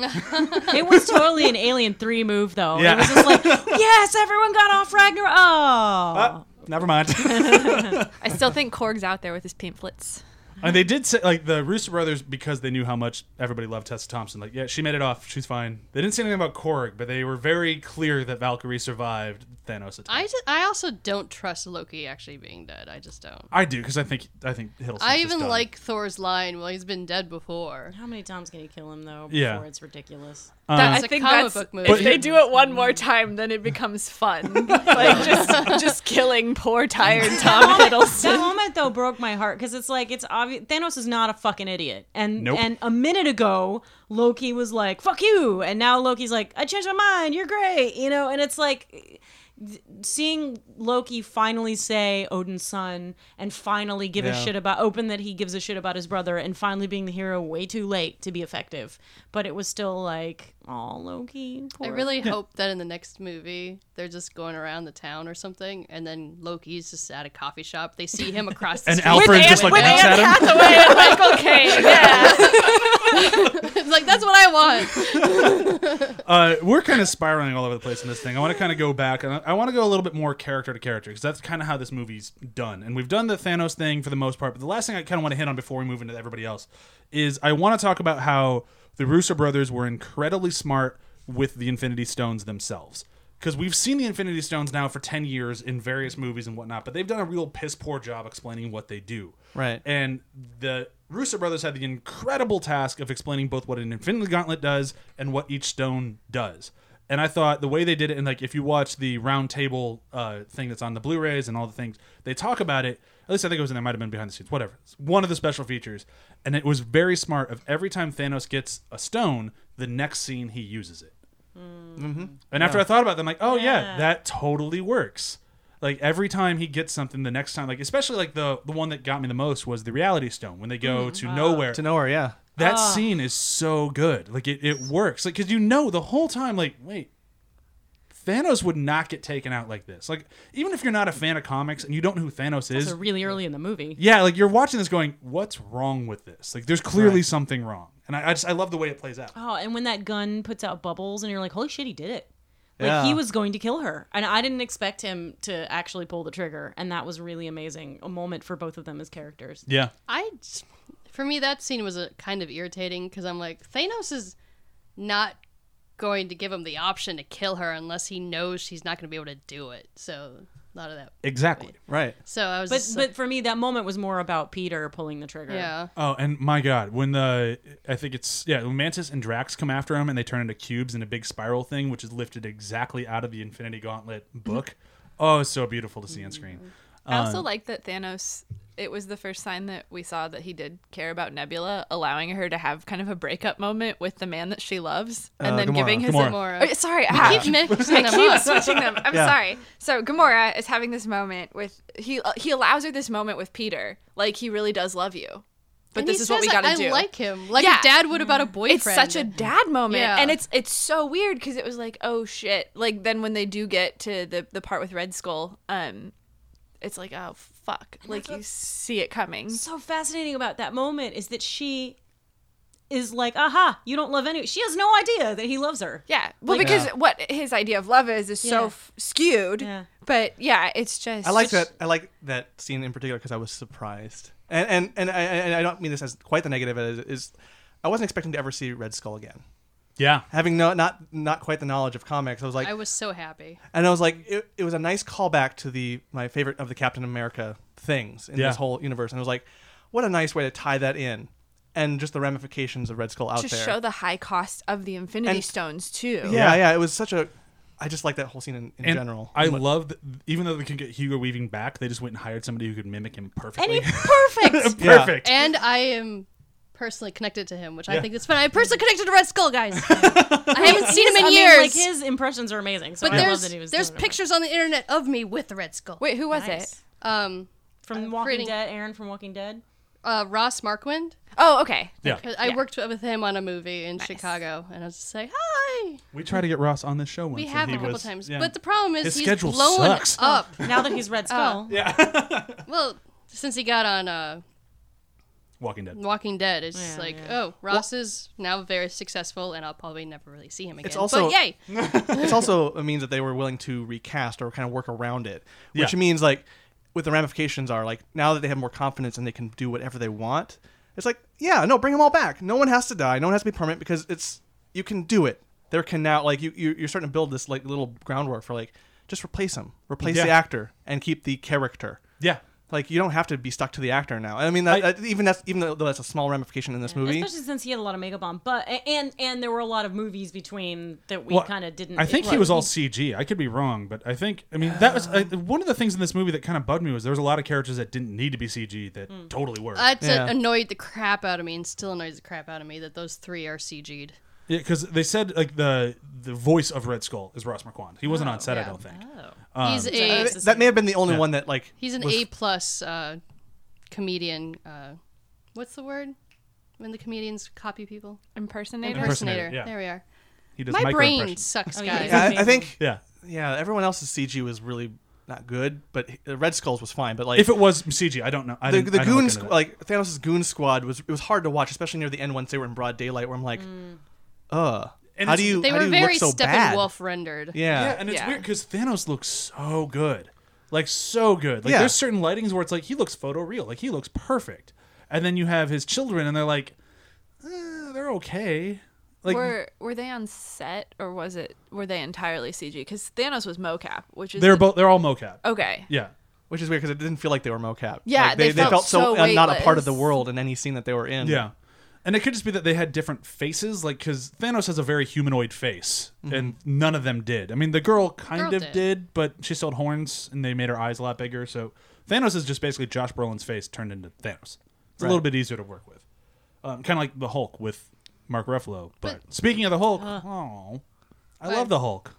S4: It was totally an Alien Three move, though.
S1: Yeah.
S4: It was
S1: *laughs*
S4: just like, yes, everyone got off Ragnarok.
S1: Uh,
S4: Oh,
S1: Never mind.
S5: I still think Korg's out there with his pamphlets.
S1: and they did say like the Rooster Brothers because they knew how much everybody loved Tessa Thompson. Like, yeah, she made it off. She's fine. They didn't say anything about Korg, but they were very clear that Valkyrie survived Thanos' attack.
S3: I, ju- I also don't trust Loki actually being dead. I just don't.
S1: I do because I think I think Hiddleston's
S3: I
S1: just
S3: even
S1: done.
S3: like Thor's line, well, he's been dead before.
S4: how many times can you kill him though? Before
S1: Yeah.
S4: it's ridiculous.
S5: That-
S3: It's a comic book movie.
S5: If they do it one more time, then it
S1: *laughs*
S5: becomes fun. like just just killing poor tired
S1: *laughs*
S5: Tom
S4: That
S5: Hiddleston.
S4: moment though broke my heart because it's like it's obvious Thanos is not a fucking idiot, and
S1: Nope.
S4: and a minute ago Loki was like "fuck you," and now Loki's like "I changed my mind, you're great," you know, and it's like th- seeing Loki finally say Odin's son and finally give a
S2: Yeah.
S4: shit about open that he gives a shit about his brother and finally being the hero way too late to be effective, but it was still like oh Loki,
S3: I
S1: *laughs*
S4: poor
S3: really hope that in the next movie they're just going around the town or something, and then Loki's just at a coffee shop. They see him across the
S1: and
S3: street.
S1: Alfred just like
S5: with
S1: looks
S5: Anne
S1: at him.
S5: Hathaway and Michael Caine. Yeah.
S3: It's like that's what
S1: *laughs*
S3: I want.
S1: Uh, we're kind of spiraling all over the place in this thing. I want to kind of go back and I- I want to go a little bit more character to character because that's kind of how this movie's done. And we've done the Thanos thing for the most part, but the last thing I kind of want to hit on before we move into everybody else is I want to talk about how the Russo brothers were incredibly smart with the Infinity Stones themselves. Because we've seen the Infinity Stones now for 10 years in various movies and whatnot, but they've done a real piss poor job explaining what they do.
S2: Right.
S1: And the Russo brothers had the incredible task of explaining both what an Infinity Gauntlet does and what each stone does. and I thought the way they did it, and like if you watch the round table uh, thing that's on the Blu-rays and all the things, they talk about it. At least I think it was in there. Might have been behind the scenes. Whatever. It's one of the special features, and it was very smart. Of every time Thanos gets a stone, the next scene he uses it. And after I thought about them, like, oh yeah. that totally works. Like every time he gets something, the next time, like especially like the the one that got me the most was the Reality Stone when they go to nowhere.
S2: to nowhere. Yeah,
S1: that scene is so good. Like it, it works. Like because you know the whole time, like wait, Thanos would not get taken out like this. Like even if you're not a fan of comics and you don't know who Thanos is,
S4: So really early in the movie.
S1: yeah, like you're watching this going, what's wrong with this? Like there's clearly something wrong. And I, I just I love the way it plays out.
S4: Oh, and when that gun puts out bubbles, and you're like, "Holy shit, he did it!" Like
S2: Yeah.
S4: he was going to kill her, and I didn't expect him to actually pull the trigger, and that was really amazing. A moment for both of them as characters.
S1: Yeah.
S3: I, just- for me, that scene was uh kind of irritating because I'm like, Thanos is not going to give him the option to kill her unless he knows she's not going to be able to do it. So a lot of that.
S1: Exactly.
S2: right.
S3: So I was,
S4: But
S3: just like-
S4: but for me, that moment was more about Peter pulling the
S3: *laughs*
S4: trigger.
S3: yeah,
S1: Oh, and my God, when the I think it's yeah, when Mantis and Drax come after him and they turn into cubes in a big spiral thing, which is lifted exactly out of the Infinity Gauntlet book. oh, it's so beautiful to see on screen.
S6: I also
S2: Um,
S6: like that Thanos. It was the first sign that we saw that he did care about Nebula, allowing her to have kind of a breakup moment with the man that she loves, and
S2: Uh,
S6: then
S2: Gamora.
S6: giving his
S1: Gamora.
S3: Gamora.
S6: Oh, sorry, *laughs* I
S3: keep mixing them
S6: keep
S3: up.
S6: switching them. I'm
S2: Yeah.
S6: sorry. So Gamora is having this moment with he he allows her this moment with Peter, like he really does love you, but
S3: And he
S6: this is what we
S3: says, like,
S6: gotta
S3: I
S6: do.
S3: like him, like
S6: Yeah.
S3: a dad would about Mm-hmm. a boyfriend.
S6: it's such a dad moment,
S3: Yeah.
S6: and it's it's so weird because it was like oh shit, like then when they do get to the the part with Red Skull, um, it's like oh fuck, like you see it coming.
S4: So fascinating about that moment is that she is like, "Aha, you don't love anyone." She has no idea that he loves her.
S6: Yeah, well,
S4: Like-
S6: because what his idea of love is is
S4: Yeah.
S6: so f- skewed.
S4: Yeah.
S6: But yeah, it's just
S2: I like that. I like that scene in particular because I was surprised, and and and I, and I don't mean this as quite the negative as it is. I wasn't expecting to ever see Red Skull again.
S1: Yeah.
S2: Having no, not not quite the knowledge of comics, I was like,
S3: I was so happy.
S2: and I was like, it, it was a nice callback to the my favorite of the Captain America things in
S1: Yeah.
S2: this whole universe, and I was like, what a nice way to tie that in, and just the ramifications of Red Skull out
S6: to
S2: there.
S6: show the high cost of the Infinity
S2: And-
S6: Stones too.
S2: yeah,
S1: Yeah.
S2: yeah, it was such a. I just like that whole scene in, in
S1: And
S2: general.
S1: I love that even though they can get Hugo Weaving back, they just went and hired somebody who could mimic him
S4: And
S1: perfectly. *laughs*
S4: he perfect.
S2: Yeah.
S1: Perfect.
S3: And I am personally connected to him, which I
S1: Yeah.
S3: think is fun. I'm personally connected to Red Skull, guys. I haven't seen him in
S4: I mean,
S3: years.
S4: like his impressions are amazing. So
S3: but
S4: I love
S3: there's
S4: that he was
S3: there's
S4: doing it.
S3: pictures on the internet of me with the Red Skull.
S6: Wait, who was it?
S4: Nice.
S3: Um,
S4: from Walking
S3: creating-
S4: Dead. Aaron from Walking Dead.
S3: uh, Ross Marquand.
S6: Oh, okay.
S1: yeah.
S3: 'Cause I worked with him on a movie in Chicago, and I was just like, "Hi."
S1: We tried to get Ross on this show once.
S3: We
S1: and
S3: have
S1: he
S3: a couple
S1: was-
S3: times,
S1: yeah.
S3: but the problem is
S1: His
S3: he's
S1: schedule
S3: blown
S1: sucks.
S3: up.
S4: Now that he's
S3: Uh,
S4: Red Skull,
S3: well, since he got on uh,
S1: Walking Dead.
S3: Walking Dead, it's just
S4: Yeah,
S3: like,
S4: yeah.
S3: oh, Ross is now very successful, and I'll probably never really see him again.
S2: It's also-
S1: *laughs*
S3: but yay,
S2: it's also a means that they were willing to recast or kind of work around it, which
S1: Yeah.
S2: means like with the ramifications are like now that they have more confidence and they can do whatever they want. It's like yeah, no, bring them all back. No one has to die. No one has to be permanent because it's you can do it. There can now like you you- you're starting to build this like little groundwork for like just replace them, replace the
S1: Yeah.
S2: actor and keep the character.
S1: Yeah.
S2: Like you don't have to be stuck to the actor now. I mean that,
S1: I-
S2: that- even that's even though that's a small ramification in this movie.
S4: especially since he had a lot of makeup on, but and and there were a lot of movies between that we
S1: Well,
S4: kind of didn't.
S1: I think he was all CG. I could be wrong, but I think I mean that was I, one of the things in this movie that kind of bugged me was there was a lot of characters that didn't need to be CG that
S6: Hmm.
S1: totally were.
S3: that
S2: Yeah.
S3: annoyed the crap out of me, and still annoys the crap out of me that those three are CG'd.
S1: Yeah, because they said like the the voice of Red Skull is Ross Marquand. He wasn't on set,
S6: Oh,
S1: I don't think.
S3: he's
S4: Uh,
S3: a
S4: it's the
S2: that may have been the only one that like
S3: he's an
S2: was-
S3: A plus uh, comedian. Uh, what's the word when the comedians copy people?
S6: Impersonator.
S1: Impersonator,
S3: Impersonator.
S1: yeah.
S3: There we are.
S1: He does
S3: My
S1: micro
S3: brain
S1: impressions.
S3: sucks,
S4: Oh,
S3: guys.
S4: yeah.
S2: Yeah, I, I
S4: Amazing.
S2: think
S1: Yeah,
S2: Yeah, everyone else's CG was really not good, but h- uh, Red Skull's was fine. But like
S1: if it was CG, I don't know. I
S2: the,
S1: didn't-
S2: the
S1: I didn't look
S2: goon
S1: into
S2: squ-
S1: that.
S2: like Thanos' goon squad was it was hard to watch, especially near the end once they were in broad daylight. Where I'm like, uh,
S1: And
S2: how
S1: it's-
S2: do you
S3: They
S2: how
S3: were
S2: do you
S3: very
S2: look so bad?
S3: Steppenwolf rendered.
S2: Yeah.
S1: yeah, and it's
S6: Yeah.
S1: weird because Thanos looks so good, like so good. Like
S2: Yeah.
S1: there's certain lightings where it's like he looks photoreal, like he looks perfect, and then you have his children, and they're like, eh, they're okay. Like
S6: were were they on set or was it were they entirely CG? Because Thanos was mocap, which is
S1: they're
S6: the-
S1: both they're all mocap.
S3: Oh.
S6: okay.
S1: Yeah,
S2: which is weird because it didn't feel like they were mocap.
S6: Yeah,
S2: Like, they,
S6: they felt
S2: felt so
S6: so
S2: uh, not a part of the
S6: weightless.
S2: world in any scene that they were in.
S1: yeah. And it could just be that they had different faces, like because Thanos has a very humanoid face, and none of them did. I mean, the girl kind
S3: Girl
S1: of
S3: did.
S1: did. but she still had horns, and they made her eyes a lot bigger. So Thanos is just basically Josh Brolin's face turned into Thanos. It's a little bit easier to work with, um, kind of like the Hulk with Mark Ruffalo. But, speaking of the Hulk, oh, I love the Hulk.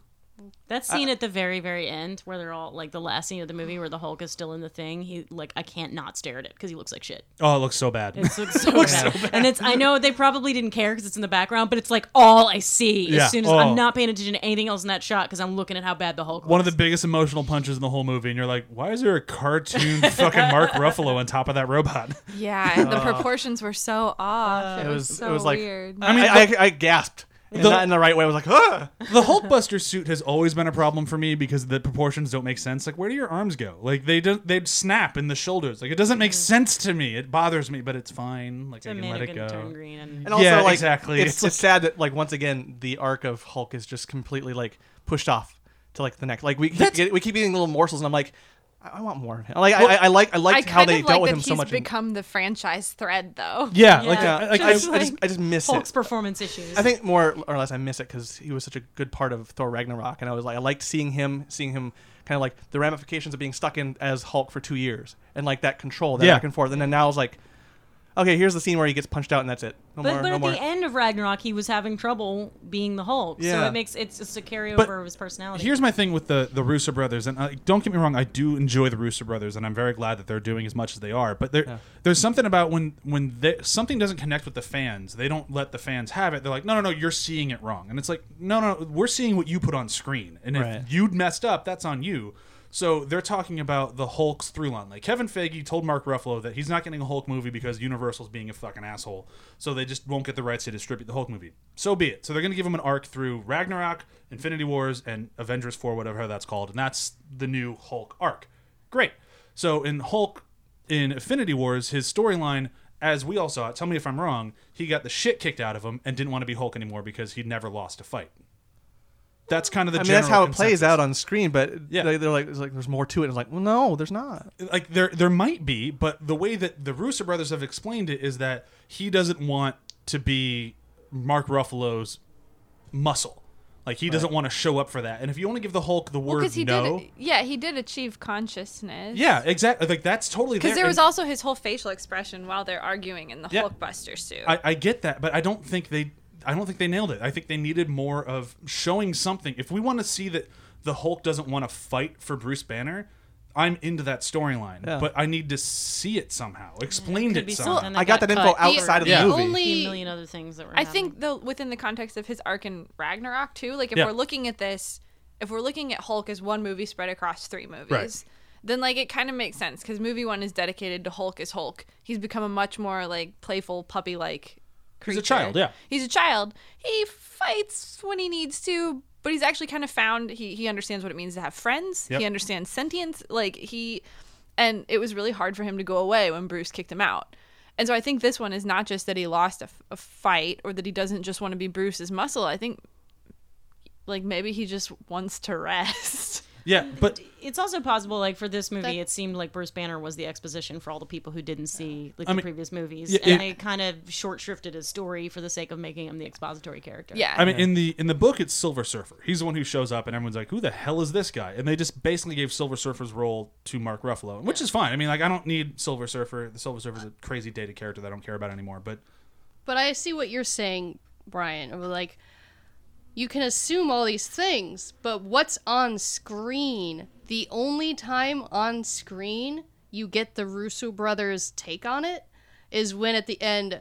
S4: That scene at the very, very end where they're all like the last scene of the movie where the Hulk is still in the thing. He like I can't not stare at it because he looks like shit.
S1: Oh, it looks so bad.
S4: It's
S1: *laughs*
S4: like, so, bad. And it's I know they probably didn't care because it's in the background, but it's like all I see
S1: Yeah.
S4: as soon as
S1: Oh.
S4: I'm not paying attention to anything else in that shot because I'm looking at how bad the Hulk.
S1: One of the
S4: looks.
S1: biggest emotional punches in the whole movie, and you're like, why is there a cartoon fucking Mark Ruffalo on top of that robot?
S5: Yeah, and the proportions were so off. it,
S2: it
S5: was,
S2: was- Uh, it
S5: so
S2: was like-
S5: weird.
S2: I mean, I, I, gasped. And
S1: The-
S2: not in the right way. I was like, ah!
S1: the Hulkbuster suit has always been a problem for me because the proportions don't make sense. Like, where do your arms go? Like, they don't, they'd snap in the shoulders. Like, it doesn't make sense to me. It bothers me, but it's fine. Like, I
S4: The
S1: can let it
S4: mannequin
S1: go.
S4: turned green and
S2: And also,
S1: Yeah,
S2: like,
S1: exactly.
S2: It's,
S1: It's
S2: it's,
S1: like-
S2: sad that, like, once again, the arc of Hulk is just completely like pushed off to like the next. Like we keep, we keep eating little morsels, and I'm like, I, I want more of him. Like I, I, I like I
S5: I
S2: liked
S5: kind
S2: how they
S5: of
S2: dealt
S5: like
S2: with
S5: that
S2: him
S5: he's
S2: so much. in-
S5: become the franchise thread, though.
S1: yeah,
S4: Yeah.
S1: like,
S2: yeah,
S1: I, like,
S2: I,
S1: I,
S2: just, I just I just miss
S4: Hulk's
S2: it.
S4: performance issues.
S2: I think more or less I miss it because he was such a good part of Thor Ragnarok, and I was like, I liked seeing him, seeing him kind of like the ramifications of being stuck in as Hulk for two years, and like that control, that
S1: Yeah.
S2: back and forth, and then now it's like, okay, here's the scene where he gets punched out, and that's it. No
S4: But,
S2: more,
S4: but
S2: no
S4: at
S2: more.
S4: the end of Ragnarok, he was having trouble being the Hulk. So
S2: Yeah.
S4: it makes it's just a carryover
S1: But
S4: of his personality.
S1: Here's my thing with the the Russo brothers, and uh, don't get me wrong, I do enjoy the Russo brothers, and I'm very glad that they're doing as much as they are. But there, there's something about when when they, something doesn't connect with the fans, they don't let the fans have it. They're like, no, no, no, you're seeing it wrong, and it's like, no, no, no, we're seeing what you put on screen, and
S2: Right.
S1: if you'd messed up, that's on you. So they're talking about the Hulk's through line. Like Kevin Feige told Mark Ruffalo that he's not getting a Hulk movie because Universal's being a fucking asshole. So they just won't get the rights to distribute the Hulk movie. So be it. So they're going to give him an arc through Ragnarok, Infinity Wars, and Avengers 4, whatever that's called. And that's the new Hulk arc. Great. So in Hulk in Infinity Wars, his storyline, as we all saw it, tell me if I'm wrong, he got the shit kicked out of him and didn't want to be Hulk anymore because he'd never lost a fight. That's kind of the
S2: I mean, that's
S1: general
S2: how it plays
S1: consensus.
S2: out on screen, but
S1: Yeah.
S2: they, they're like, it's like, there's more to it. It's like, well, no, there's not.
S1: like there there might be, but the way that the Russo brothers have explained it is that he doesn't want to be Mark Ruffalo's muscle. Like he doesn't want to show up for that. And if you only give the Hulk the word
S5: because he
S1: no,
S5: did. Yeah, he did achieve consciousness.
S1: yeah, exactly. Like that's totally
S5: Because
S1: there.
S5: there was
S1: And
S5: also his whole facial expression while they're arguing in the
S1: Yeah.
S5: Hulkbuster suit.
S1: I, I get that, but I don't think they I don't think they nailed it. I think they needed more of showing something. If we want to see that the Hulk doesn't want to fight for Bruce Banner, I'm into that storyline,
S2: Yeah.
S1: but I need to see it somehow. Explained
S4: Could
S1: it,
S4: be
S1: somehow.
S4: something
S2: I got that
S4: got
S2: info
S4: cut.
S2: outside of the
S1: Yeah.
S2: movie.
S4: a
S5: Only
S4: million other things that were.
S5: I
S4: happening.
S5: think though within the context of his arc in Ragnarok too, like if
S1: Yeah.
S5: we're looking at this, if we're looking at Hulk as one movie spread across three movies, then like it kind of makes sense because movie one is dedicated to Hulk as Hulk. He's become a much more like playful puppy like.
S1: He's a child, yeah.
S5: He's a child. He fights when he needs to, but he's actually kind of found he he understands what it means to have friends.
S1: Yep.
S5: He understands sentience. Like he and it was really hard for him to go away when Bruce kicked him out. And so I think this one is not just that he lost a, f- a fight or that he doesn't just want to be Bruce's muscle. I think like maybe he just wants to
S1: *laughs*
S5: rest.
S1: Yeah, but
S4: it's also possible like for this movie it seemed like bruce banner was the exposition for all the people who didn't see like the
S1: mean,
S4: previous movies
S1: yeah,
S4: and
S1: yeah.
S4: they kind of short shrifted his story for the sake of making him the expository character
S5: yeah.
S1: I mean, in the in the book, it's Silver Surfer. He's the one who shows up, and everyone's like, "Who the hell is this guy?" And they just basically gave Silver Surfer's role to Mark Ruffalo, which is fine. I mean, like, I don't need Silver Surfer. The Silver Surfer's a crazy dated character that I don't care about anymore. But
S3: But I see what you're saying, Brian. Of like, you can assume all these things, but what's on screen? The only time on screen you get the Russo brothers' take on it is when at the end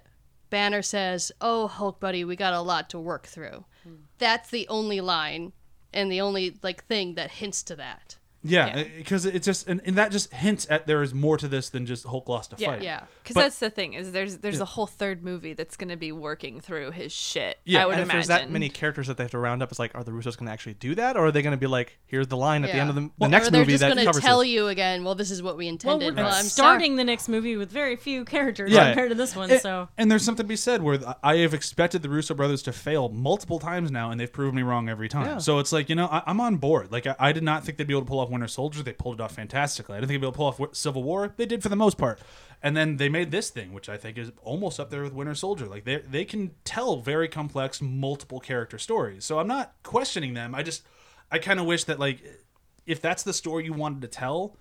S3: Banner says, "Oh, Hulk buddy, we got a lot to work through."
S4: Hmm.
S3: That's the only line and the only like thing that hints to that.
S1: yeah, because it's just and, and that just hints at there is more to this than just Hulk lost a fight.
S3: Yeah.
S5: Because
S1: But-
S5: that's the thing is there's there's a whole third movie that's going to be working through his shit.
S1: Yeah,
S5: I would
S2: and if
S5: imagine.
S2: there's that many characters that they have to round up, it's like, are the Russos going to actually do that, or are they going to be like, here's the line at the
S3: Yeah.
S2: end of the, the
S3: Well,
S2: next
S3: or they're
S2: movie
S3: just
S2: that
S3: gonna
S2: covers
S3: tell
S2: it?
S3: you again. Well, this is what we
S4: well,
S3: intended.
S4: we're
S3: Well, I'm sorry.
S4: starting the next movie with very few characters
S2: Yeah.
S4: compared to this one
S1: And,
S4: so
S1: and there's something to be said where th- I have expected the Russo brothers to fail multiple times now, and they've proven me wrong every time. So it's like you know I, I'm on board. Like I, I did not think they'd be able to pull off Winter Soldier. They pulled it off fantastically. I don't think they'll pull off Wi- Civil War. They did for the most part. And then they made this thing, which I think is almost up there with Winter Soldier. Like they they can tell very complex, multiple character stories. So I'm not questioning them. I just I kind of wish that like if that's the story you wanted to tell,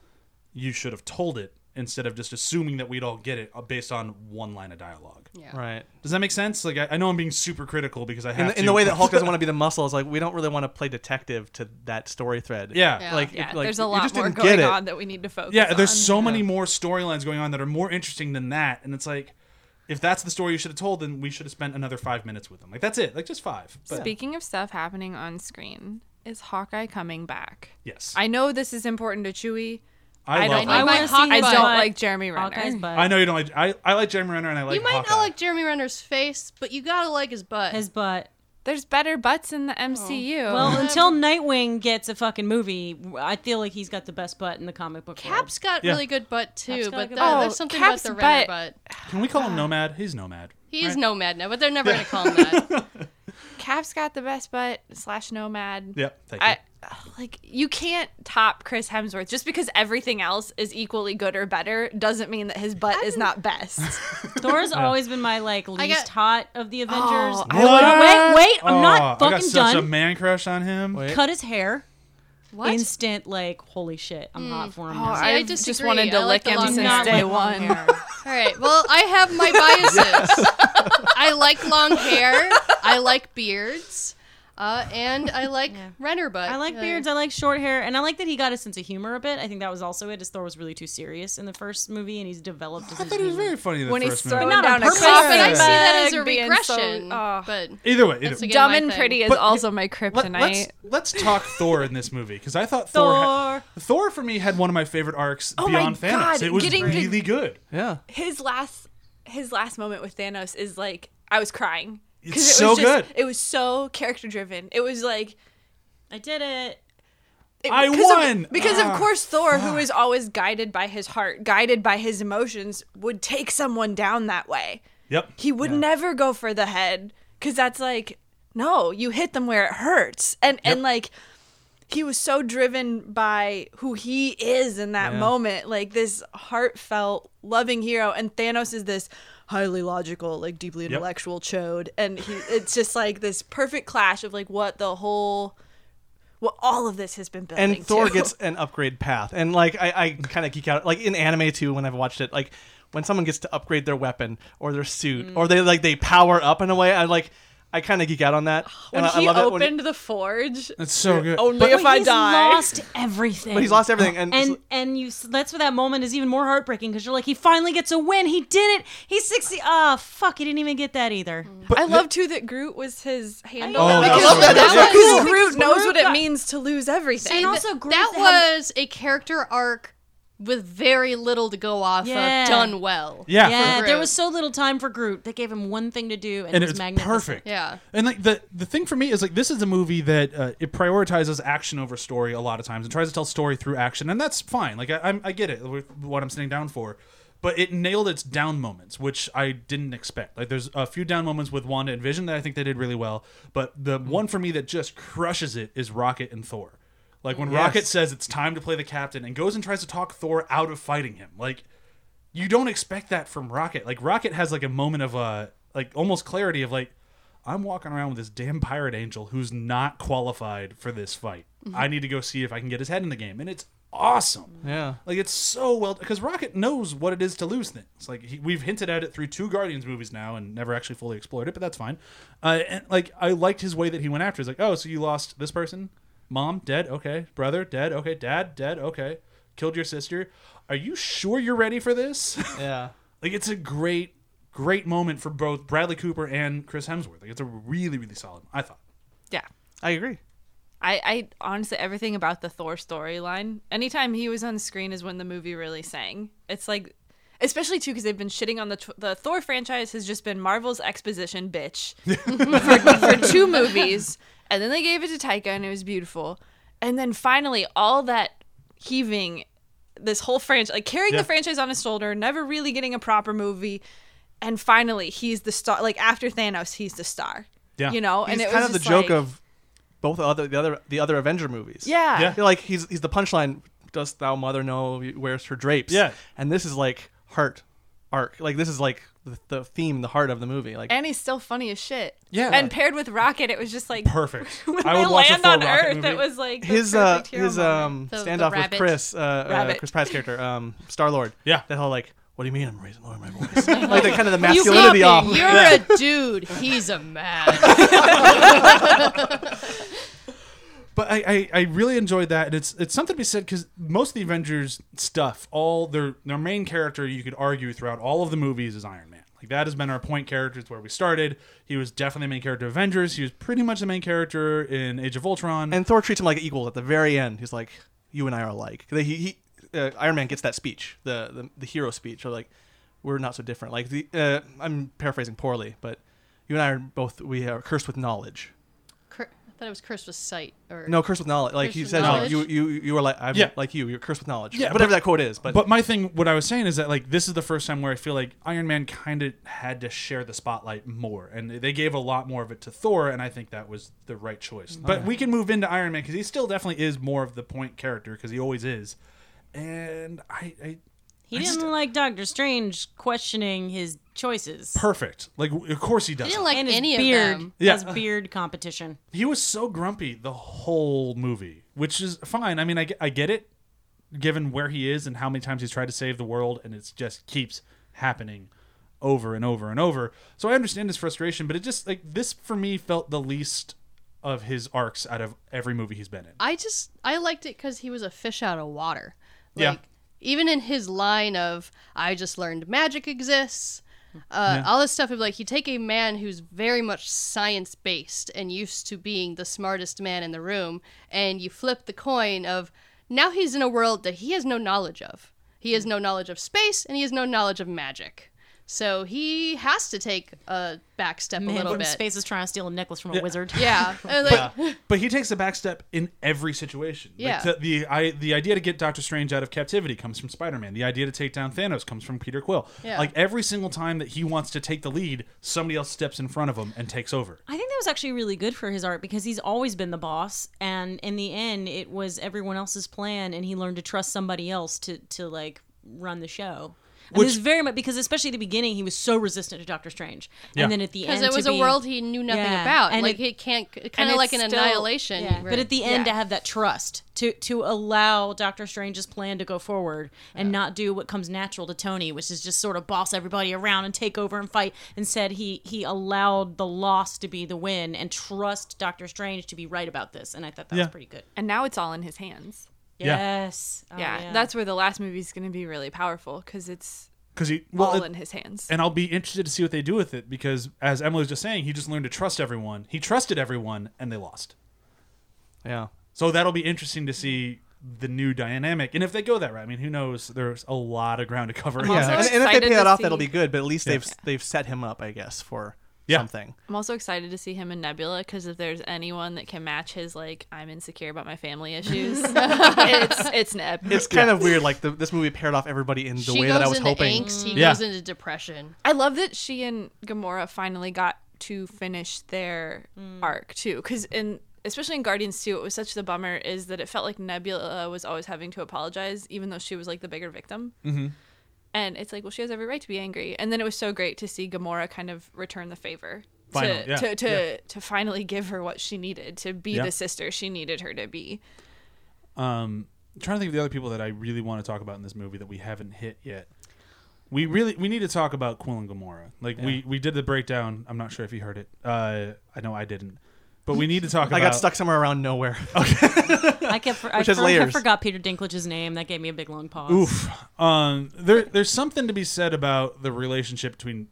S1: you should have told it instead of just assuming that we'd all get it uh, based on one line of dialogue.
S2: Right.
S1: Does that make sense? Like I, I know I'm being super critical because I have
S2: In the,
S1: to.
S2: in the way that
S1: *laughs*
S2: Hulk doesn't want to be the muscle, it's like we don't really want to play detective to that story thread.
S1: Yeah.
S3: Yeah.
S2: Like,
S5: yeah,
S2: if, like
S5: there's a
S2: you
S5: lot
S2: just
S5: more
S2: didn't
S5: going
S2: get it.
S5: on that we need to focus.
S1: yeah, there's
S5: on.
S1: so many more storylines going on that are more interesting than that, and it's like, if that's the story you should have told, then we should have spent another five minutes with them. Like that's it, like just five. But
S5: Speaking of stuff happening on screen, is Hawkeye coming back?
S1: yes,
S6: I know this is important to Chewie.
S1: I,
S6: don't
S1: love.
S6: know.
S1: Hawkeye.
S6: I
S1: I,
S6: want-
S4: wanna
S3: don't
S4: see
S5: I
S4: his
S5: don't
S4: butt.
S5: like Jeremy Renner.
S4: Hawkeye's butt.
S1: know you don't like. I, I like Jeremy Renner, and I like.
S3: you might
S1: Hawkeye.
S3: not like Jeremy Renner's face, but you gotta like his butt.
S4: his butt.
S5: There's better butts in
S3: Oh.
S5: the MCU.
S4: Well, until Nightwing gets a fucking movie, I feel like he's got the best butt in the comic book. world.
S3: Cap's got
S1: Yeah.
S3: really good butt
S4: Cap's
S3: too,
S4: got a
S3: but
S4: good
S3: the,
S5: butt. Oh,
S3: there's something
S5: Cap's
S3: about the Renner
S5: butt-
S3: butt.
S1: Can we call him Nomad? He's Nomad.
S3: He is
S1: right?
S3: nomad now, but they're never gonna
S5: *laughs*
S3: call him that.
S5: Cap's got the best butt slash nomad.
S1: Yep. Thank you.
S5: I like you can't top Chris Hemsworth just because everything else is equally good or better doesn't mean that his butt is not best.
S1: *laughs*
S4: Thor's always been my like least
S3: got-
S4: hot of the Avengers.
S5: Oh,
S1: What?
S4: wait, wait, I'm not
S1: Aw, I got
S4: fucking
S1: such a
S4: done.
S1: man crush on him.
S2: Wait.
S4: Cut his hair.
S3: What? Mm.
S4: Instant like holy shit, I'm hot for him.
S5: Oh,
S4: now.
S3: I
S5: I've just
S3: disagree.
S5: wanted to
S3: I like
S5: lick
S3: the
S5: him
S3: long
S5: since
S3: hair.
S5: day
S4: Not
S5: one.
S3: All right. Well, I have my
S1: *laughs*
S3: biases. I like long hair. I like beards. Uh, and I like Renner butt.
S4: I like
S3: Uh,
S4: beards. I like short hair, and I like that he got a sense of humor a bit. I think that was also it. His Thor was really too serious in the first movie, and he's developed. His
S1: I thought he was very funny in the
S5: when he's
S1: first movie.
S5: throwing
S4: But not on
S5: down a
S4: purpose.
S3: But I see
S5: coffee
S3: that as a
S5: mug, being so-
S3: regression.
S5: oh.
S3: but
S1: Either way,
S3: That's
S1: either way.
S3: again
S5: Dumb
S3: my
S5: and
S3: thing.
S5: pretty is
S1: But-
S5: also my kryptonite.
S1: us let's
S5: *laughs*
S1: talk Thor in this movie because I thought Thor had- Thor for me had one of my favorite arcs
S5: Oh my
S1: beyond Thanos.
S5: God,
S1: It was
S5: getting to-
S1: really good.
S2: Yeah.
S5: his last his last moment with Thanos is like I was crying. 'Cause
S1: It's
S5: it was
S1: so
S5: just,
S1: good.
S5: It was so character driven. It was like
S4: I did it.
S5: it-
S1: I
S5: because of-
S1: won!
S5: because
S1: Ah,
S5: of course Thor, who is always guided by his heart, guided by his emotions, would take someone down that way.
S1: Yep.
S5: He would never go for the head because that's like no, you hit them where it hurts, and and like he was so driven by who he is in that moment, like this heartfelt, loving hero, and Thanos is this highly logical, like deeply intellectual chode, and he it's just like this perfect clash of like what the whole. What all of this has been building
S2: and Thor
S5: to.
S2: gets an upgrade path, and like I, I kind of geek out. Like in anime too, when I've watched it, like when someone gets to upgrade their weapon or their suit, or they like they power up in a way, I like I kind of geek out on that.
S5: *laughs* when
S2: and I,
S5: he
S2: I love it.
S5: opened the forge.
S1: That's so good.
S5: Only
S2: But-
S5: if
S4: But
S5: I
S4: he's
S5: die.
S4: lost everything.
S2: but he's lost everything, and,
S4: and and you s- that's where that moment is even more heartbreaking because you're like he finally gets a win he did it he's 60 oh fuck he didn't even get that
S3: Mm.
S4: either
S2: but
S5: I love too that Groot was his handle.
S1: Oh,
S5: because
S1: that's so
S5: that
S1: good.
S5: was-
S1: Yeah.
S5: Groot knows what it
S4: got-
S5: means to lose everything.
S4: And also Groot
S3: that
S4: had-
S3: was a character arc with very little to go off
S4: Yeah.
S3: of done well.
S1: yeah.
S4: yeah
S3: Groot.
S4: there was so little time for groot they gave him one thing to do
S1: and
S4: and, it was
S1: it's
S4: magnificent
S1: perfect.
S3: Yeah.
S1: And like the the thing for me is like this is a movie that uh, it prioritizes action over story a lot of times and tries to tell story through action, and that's fine. Like I, I'm, I get it with what I'm sitting down for, but it nailed its down moments, which I didn't expect. Like there's a few down moments with Wanda and Vision that I think they did really well, but the one for me that just crushes it is Rocket and Thor. Like when Rocket says it's time to play the captain and goes and tries to talk Thor out of fighting him, like you don't expect that from Rocket. Like Rocket has like a moment of uh like almost clarity of like I'm walking around with this damn pirate angel who's not qualified for this fight. I need to go see if I can get his head in the game and it's awesome.
S2: Yeah.
S1: Like it's so well cuz Rocket knows what it is to lose things. Like he, we've hinted at it through two Guardians movies now and never actually fully explored it, but that's fine. Uh, and like I liked his way that he went after. He's like, "Oh, so you lost this person? Mom dead? Okay. Brother dead? Okay. Dad dead? Okay. Killed your sister? Are you sure you're ready for this?" *laughs*
S2: yeah,
S1: Like it's a great, great moment for both Bradley Cooper and Chris Hemsworth. Like it's a really, really solid. I thought.
S5: yeah.
S2: I agree.
S5: I, I honestly everything about the Thor storyline. Anytime he was on screen is when the movie really sang. It's like, especially too because they've been shitting on the tw- the Thor franchise has just been Marvel's
S2: *laughs*
S5: exposition bitch for, for two movies, and then they gave it to Taika and it was beautiful, and then finally all that heaving, this whole franchise like carrying
S1: Yeah.
S5: the franchise on his shoulder, never really getting a proper movie, and finally he's the star. Like after Thanos, he's the star.
S1: Yeah.
S5: you know,
S2: He's
S5: Oh, and it
S2: kind
S5: was
S2: of the
S5: just
S2: joke
S5: like-
S2: of both other the other the other Avenger movies.
S5: Yeah.
S1: Yeah.
S2: They're like he's he's the punchline. Dost thou mother know where's her drapes?
S1: Yeah.
S2: And this is like heart arc. Like this is like the, the theme, the heart of the movie. Like
S5: And he's still funny as shit.
S2: Yeah.
S5: And paired with Rocket, it was just like
S1: Perfect.
S5: *laughs* when
S1: I
S5: they
S1: would watch a
S5: land
S1: full
S5: on
S1: Rocket
S5: Earth,
S1: movie.
S5: it was like the
S2: his uh
S5: perfect hero
S2: his
S5: moment.
S2: um
S3: The- the
S2: standoff with
S3: rabbit.
S2: Chris uh, uh
S5: Rabbit.
S2: Chris Pratt's character um Star Lord.
S1: Yeah.
S2: That whole like what do you mean I'm raising lowering my
S3: *laughs*
S2: voice? like the kind of the masculinity
S3: You're
S2: off.
S3: a dude. He's a man.
S1: But I, I, I really enjoyed that, and it's it's something to be said because most of the Avengers stuff, all their their main character, you could argue throughout all of the movies is Iron Man. Like that has been our point character. It's where we started. He was definitely the main character of Avengers. He was pretty much the main character in Age of Ultron.
S2: And Thor treats him like equal at the very end. He's like, "You and I are alike." He, he uh, Iron Man gets that speech, the the, the hero speech, or like, "We're not so different." Like the uh, I'm paraphrasing poorly, but you and I are both we are cursed with knowledge.
S3: Cur- I thought it was cursed with sight. Or
S2: No, cursed with knowledge. Like
S3: Cursed
S2: he
S3: with
S2: says, like,
S3: knowledge?
S2: "You you you are like I'm
S1: Yeah.
S2: like you. You're cursed with knowledge."
S1: Yeah,
S2: whatever
S1: but-
S2: that quote is. But,
S1: But my thing, what I was saying is that like this is the first time where I feel like Iron Man kind of had to share the spotlight more, and they gave a lot more of it to Thor, and I think that was the right choice. But we can move into Iron Man because he still definitely is more of the point character because he always is, and I, I
S4: He
S1: I
S4: didn't
S1: just-
S4: like Doctor Strange questioning his choices.
S1: perfect. Like w- of course he does.
S3: I
S1: He,
S3: didn't like
S4: and his
S3: any
S4: beard,
S3: of them.
S1: Yeah.
S4: his beard competition.
S1: was so grumpy the whole movie, which is fine. I mean, I, ge- I get it, given where he is and how many times he's tried to save the world, and it just keeps happening over and over and over. So I understand his frustration, but it just like this for me felt the least of his arcs out of every movie he's been in.
S3: I just I liked it because he was a fish out of water. Like,
S1: Yeah.
S3: Even in his line of "I just learned magic exists," uh, all this stuff of like you take a man who's very much science based and used to being the smartest man in the room, and you flip the coin of now he's in a world that he has no knowledge of. He has no knowledge of space, and he has no knowledge of magic. So he has to take a back step a
S4: Man
S3: little
S4: from
S3: bit.
S4: space is trying to steal a necklace from a wizard. *laughs*
S3: Yeah, And, like,
S1: *laughs* but he takes a back step in every situation. Like,
S3: Yeah.
S1: the the, I, the idea to get Doctor Strange out of captivity comes from Spider Man. The idea to take down Thanos comes from Peter Quill.
S3: Yeah.
S1: Like every single time that he wants to take the lead, somebody else steps in front of him and takes over.
S4: I think that was actually really good for his art because he's always been the boss, and in the end, it was everyone else's plan, and he learned to trust somebody else to to like run the show. And
S1: Which-
S4: this is very much because, especially at the beginning, he was so resistant to Doctor Strange,
S1: Yeah.
S4: and then at the
S3: because
S4: end,
S3: it
S4: to
S3: was
S4: be-
S3: a world he knew nothing
S4: Yeah,
S3: about.
S4: and
S3: like
S4: it-
S3: he can't kind of
S4: it's
S3: like an
S4: still-
S3: annihilation.
S4: yeah,
S3: right.
S4: But at the end,
S5: Yeah.
S4: to have that trust to to allow Doctor Strange's plan to go forward and not do what comes natural to Tony, which is just sort of boss everybody around and take over and fight. Instead, he he allowed the loss to be the win and trust Doctor Strange to be right about this. And I thought that
S1: Yeah.
S4: was pretty good.
S5: And now it's all in his hands.
S1: Yeah.
S4: Yes. Oh,
S5: yeah, That's where the last movie is going to be really powerful because it's
S1: Because he well,
S5: all
S1: it-
S5: in his hands.
S1: and I'll be interested to see what they do with it because, as Emily was just saying, he just learned to trust everyone. He trusted everyone, and they lost.
S2: yeah.
S1: So that'll be interesting to see the new dynamic, and if they go that route, I mean, who knows? There's a lot of ground to cover.
S5: also
S2: Yeah. And, and if they
S5: excited
S2: pay that
S5: to
S2: off, that'll
S5: see-
S2: be good. But at least they've they've set him up, I guess, for
S1: Yeah.
S2: something.
S5: I'm also excited to see him in Nebula because if there's anyone that can match his like I'm insecure about my
S2: *laughs*
S5: family issues, it's it's Neb.
S2: It's kind of weird. Like the, this movie paired off everybody in the
S3: she
S2: way
S3: goes
S2: that I was
S3: into
S2: hoping.
S3: angst. He
S1: Yeah.
S3: goes into depression.
S5: I love that she and Gamora finally got to finish their
S3: Mm.
S5: arc too, because in especially in Guardians 2, it was such the bummer is that it felt like Nebula was always having to apologize, even though she was like the bigger victim. Mm-hmm. And it's like, well, she has every right to be angry. And then it was so great to see Gamora kind of return the favor.
S1: Finally,
S5: to,
S1: yeah,
S5: to to
S1: yeah.
S5: to finally give her what she needed to be
S1: Yeah.
S5: the sister she needed her to be.
S1: Um, I'm trying to think of the other people that I really want to talk about in this movie that we haven't hit yet. We really we need to talk about Quill and Gamora. Like we we did the breakdown. I'm not sure if you heard it. Uh, I know I didn't, but we need to *laughs* talk.
S2: I
S1: about,
S2: got stuck somewhere around
S1: *laughs*
S2: nowhere.
S4: I kept for, I,
S2: Which has
S4: for- I
S2: layers.
S4: forgot Peter Dinklage's name. That gave me a big long pause.
S1: Oof. Um, there there's something to be said about the relationship between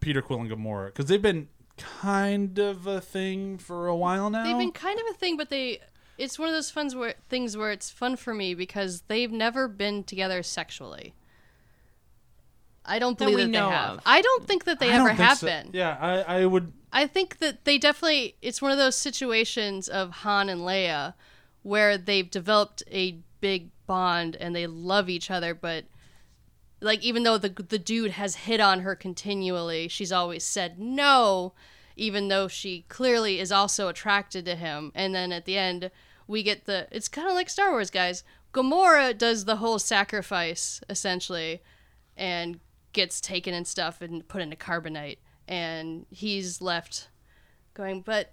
S1: Peter Quill and Gamora because they've been kind of a thing for a while now.
S3: They've been kind of a thing, but they. It's one of those funs where things where it's fun for me because they've never been together sexually. I don't
S4: That
S3: believe that,
S4: we know
S3: they have.
S4: of.
S3: I don't think that they
S1: I don't
S3: ever
S1: think
S3: have
S1: so.
S3: been.
S1: Yeah, I, I would.
S3: I think that they definitely it's one of those situations of Han and Leia where they've developed a big bond and they love each other but like even though the the dude has hit on her continually, she's always said no even though she clearly is also attracted to him. And then at the end, we get the. It's kind of like Star Wars, guys. Gamora does the whole sacrifice, essentially, and gets taken and stuff and put into carbonite. And he's left going, but.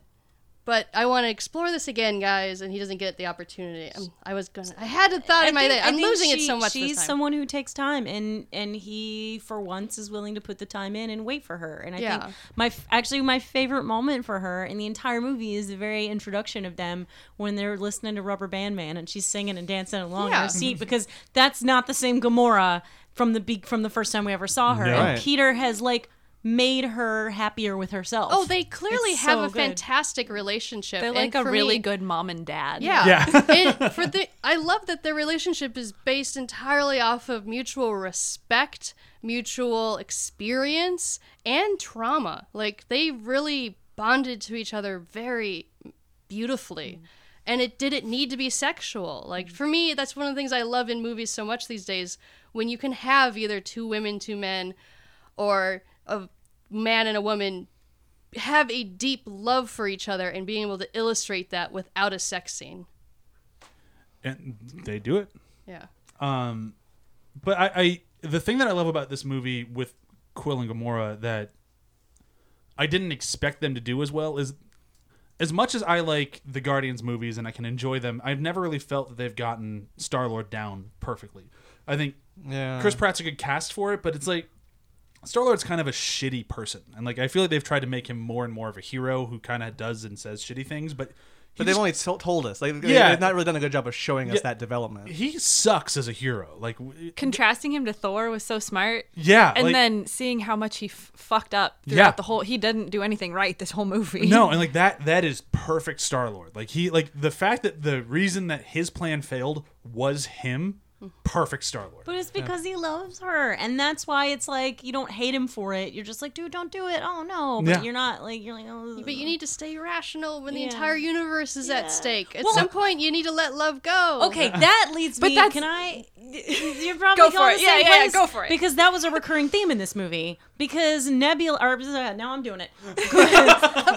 S3: But I want to explore this again, guys, and he doesn't get the opportunity. I'm, I was gonna. I had a thought in my
S4: think-
S3: head. I'm
S4: think
S3: losing it
S4: she-
S3: so much.
S4: She's
S3: this time.
S4: someone who takes time, and and he for once is willing to put the time in and wait for her. And I
S3: Yeah.
S4: think my f- actually my favorite moment for her in the entire movie is the very introduction of them when they're listening to Rubber Band Man and she's singing and dancing along in
S3: Yeah.
S4: her seat because that's not the same Gamora from the be- from the first time we ever saw her.
S1: No.
S4: And
S2: Right.
S4: Peter has like made her happier with herself.
S3: Oh, they clearly
S4: It's
S3: have
S4: so
S3: a
S4: good.
S3: fantastic relationship.
S5: They're
S3: and
S5: like a
S3: for
S5: really
S3: me-
S5: good mom and dad.
S3: Yeah.
S1: Yeah.
S3: *laughs* and for the I love that their relationship is based entirely off of mutual respect, mutual experience, and trauma. Like they really bonded to each other very
S5: Mm.
S3: beautifully. And it didn't need to be sexual. Like for me, that's one of the things I love in movies so much these days when you can have either two women, two men, or a man and a woman have a deep love for each other and being able to illustrate that without a sex scene.
S1: and they do it.
S3: Yeah.
S1: Um, but I, I the thing that I love about this movie with Quill and Gamora that I didn't expect them to do as well is as much as I like the Guardians movies and I can enjoy them, I've never really felt that they've gotten Star Lord down perfectly. I think
S2: Yeah.
S1: Chris Pratt's a good cast for it, but it's like Star Lord's kind of a shitty person, and like I feel like they've tried to make him more and more of a hero who kind of does and says shitty things, but
S2: But they've only so- told us. Like, they-
S1: Yeah.
S2: They've not really done a good job of showing us
S1: Yeah.
S2: that development.
S1: he sucks as a hero. Like, w-
S5: Contrasting him to Thor was so smart.
S1: yeah,
S5: And
S1: like-
S5: then seeing how much he f- fucked up throughout
S1: Yeah.
S5: the whole, he didn't do anything right this whole movie.
S1: No, and like that that is perfect Star Lord. Like he like the fact that the reason that his plan failed was him, perfect Star Lord.
S4: But it's because he loves her, and that's why it's like you don't hate him for it. You're just like, dude, don't do it. Oh no, but
S1: Yeah.
S4: you're not like you're like. Oh.
S3: But you need to stay rational when the
S4: Yeah.
S3: entire universe is at stake. At
S4: Well-
S3: some point, you need to let love go.
S4: Okay, that leads
S5: But
S4: me.
S5: that's-
S4: Can I? *laughs* You're probably
S5: Go for
S4: going
S5: it.
S4: the
S5: Yeah,
S4: same
S5: yeah, yeah,
S4: place
S5: go for it.
S4: Because that was a recurring theme in this movie. Because Nebula, or uh, now I'm doing it.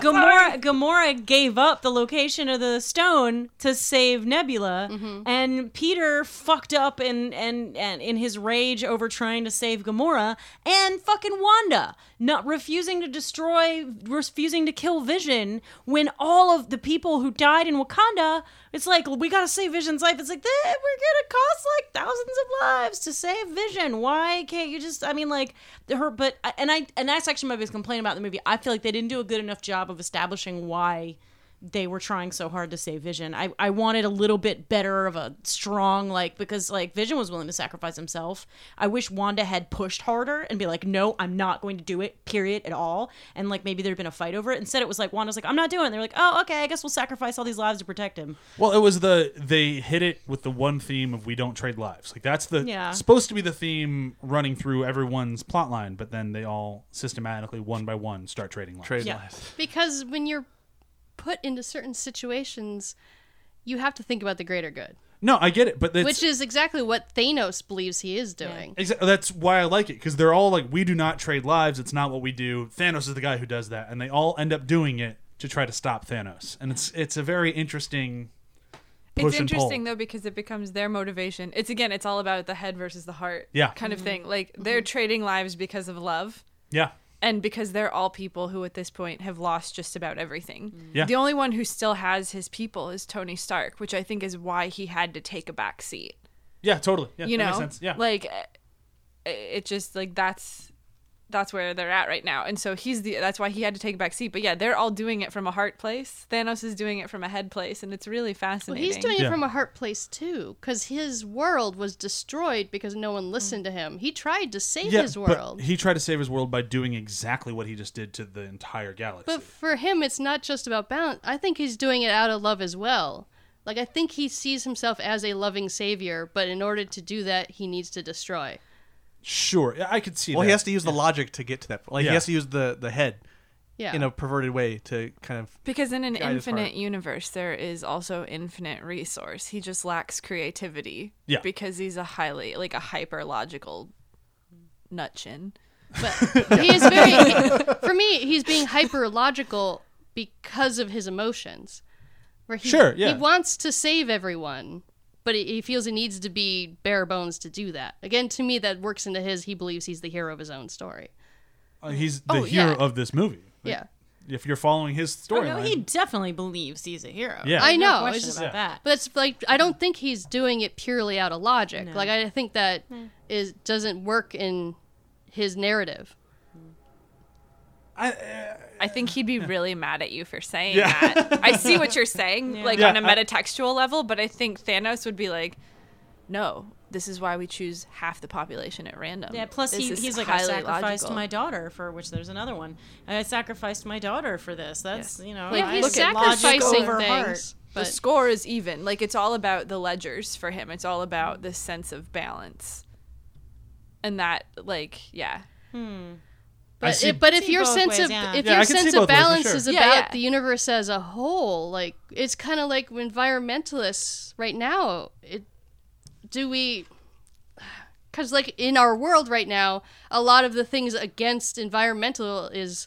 S4: Gamora, Gamora gave up the location of the stone to save Nebula, and Peter fucked up in and and in his rage over trying to save Gamora and fucking Wanda, not refusing to destroy, refusing to kill Vision when all of the people who died in Wakanda. It's like we gotta save Vision's life. It's like "Eh, we're gonna cost like thousands of lives to save Vision. Why can't you just? I mean, like her, but and I and that's actually my biggest complaint about the movie. I feel like they didn't do a good enough job of establishing why they were trying so hard to save Vision. I I wanted a little bit better of a strong like because like Vision was willing to sacrifice himself. I wish Wanda had pushed harder and be like, no, I'm not going to do it. Period at all. And like maybe there'd been a fight over it. Instead, it was like Wanda's like, I'm not doing. it. They're like, oh okay, I guess we'll sacrifice all these lives to protect him.
S1: Well, it was the they hit it with the one theme of we don't trade lives. Like that's the
S4: Yeah.
S1: supposed to be the theme running through everyone's plot line, but then they all systematically one by one start trading lives.
S2: Trade
S4: Yeah.
S2: lies.
S3: Because when you're put into certain situations, you have to think about the greater good,
S1: No, I get it, but it's,
S3: which is exactly what Thanos believes he is doing.
S1: Exa- That's why I like it because they're all like, we do not trade lives. It's not what we do. Thanos is the guy who does that, and they all end up doing it to try to stop Thanos. And it's it's a very interesting. Push
S5: *laughs* it's
S1: and pull.
S5: interesting though because it becomes their motivation. It's again, it's all about the head versus the heart,
S1: Yeah.
S5: kind of thing. Like they're trading lives because of love,
S1: Yeah,
S5: and because they're all people who at this point have lost just about everything.
S1: Mm. Yeah.
S5: The only one who still has his people is Tony Stark, which I think is why he had to take a back seat.
S1: yeah, totally. Yeah,
S5: you
S1: that
S5: know,
S1: makes sense. Yeah,
S5: like uh, it just like that's that's where they're at right now, and so he's the that's why he had to take a back seat. But yeah, they're all doing it from a heart place. Thanos is doing it from a head place, and it's really
S3: Well,
S5: fascinating.
S3: he's doing
S1: Yeah.
S3: it from a heart place too, because his world was destroyed because no one
S4: Mm.
S3: listened to him. He tried to save
S1: yeah,
S3: his
S1: but
S3: world.
S1: he tried to save his world by doing exactly what he just did to the entire galaxy.
S3: But for him, it's not just about balance. I think he's doing it out of love as well. Like, I think he sees himself as a loving savior, but in order to do that, he needs to destroy.
S1: sure, yeah, I could see.
S2: Well,
S1: that.
S2: he has to use the logic to get to that. Like,
S1: Yeah.
S2: he has to use the, the head
S3: Yeah.
S2: in a perverted way to kind of.
S5: Because in an
S2: Guide his
S5: infinite
S2: heart.
S5: universe, there is also infinite resource. He just lacks creativity.
S1: Yeah.
S5: Because he's a highly, like a hyper logical nutchin.
S1: *laughs*
S3: But he is very he- for me, he's being hyper logical because of his emotions. Where he,
S1: Sure, yeah.
S3: he wants to save everyone, but he, he feels he needs to be bare bones to do that. Again, to me that works into his he believes he's the hero of his own story.
S1: Uh, he's the
S3: Oh,
S1: hero
S3: yeah.
S1: of this movie. Like,
S3: Yeah.
S1: If you're following his
S4: Oh, no,
S1: storyline,
S4: he definitely believes he's a hero.
S1: Yeah.
S4: There's
S1: I
S4: no
S3: know,
S4: question
S3: it's just-
S4: about
S1: Yeah.
S4: that.
S3: But it's like I don't think he's doing it purely out of logic. Like I think that is doesn't work in his narrative.
S5: I think he'd be really mad at you for saying that. I see what
S4: *laughs*
S5: you're saying, like
S1: Yeah,
S5: on a
S4: Uh,
S1: I-
S5: metatextual level, but I think Thanos would be like, no, this is why we choose half the population at random.
S4: Yeah, plus
S5: This
S4: he,
S5: is
S4: he's like, I
S5: highly
S4: sacrificed
S5: logical."
S4: my daughter for which there's another one. I sacrificed my daughter for this. That's,
S5: Yes.
S4: you know,
S3: Like
S4: I-
S3: he's
S6: look at
S4: logic
S3: sacrificing
S4: over heart.
S3: things.
S6: the
S3: But
S6: score is even. Like it's all about the ledgers for him. It's all about this sense of balance.
S5: And that, like, yeah.
S1: I
S3: but,
S1: see-
S3: if- but if
S4: See
S3: your
S4: both
S3: sense
S4: ways,
S3: of
S4: yeah.
S3: if
S1: Yeah, I
S3: your
S1: can see
S3: sense
S1: both
S3: of
S1: ways, for
S3: balance
S1: sure.
S3: is
S5: Yeah,
S3: about
S5: yeah.
S3: the universe as a whole, like it's kind of like environmentalists right now. It do we because like in our world right now, a lot of the things against environmental is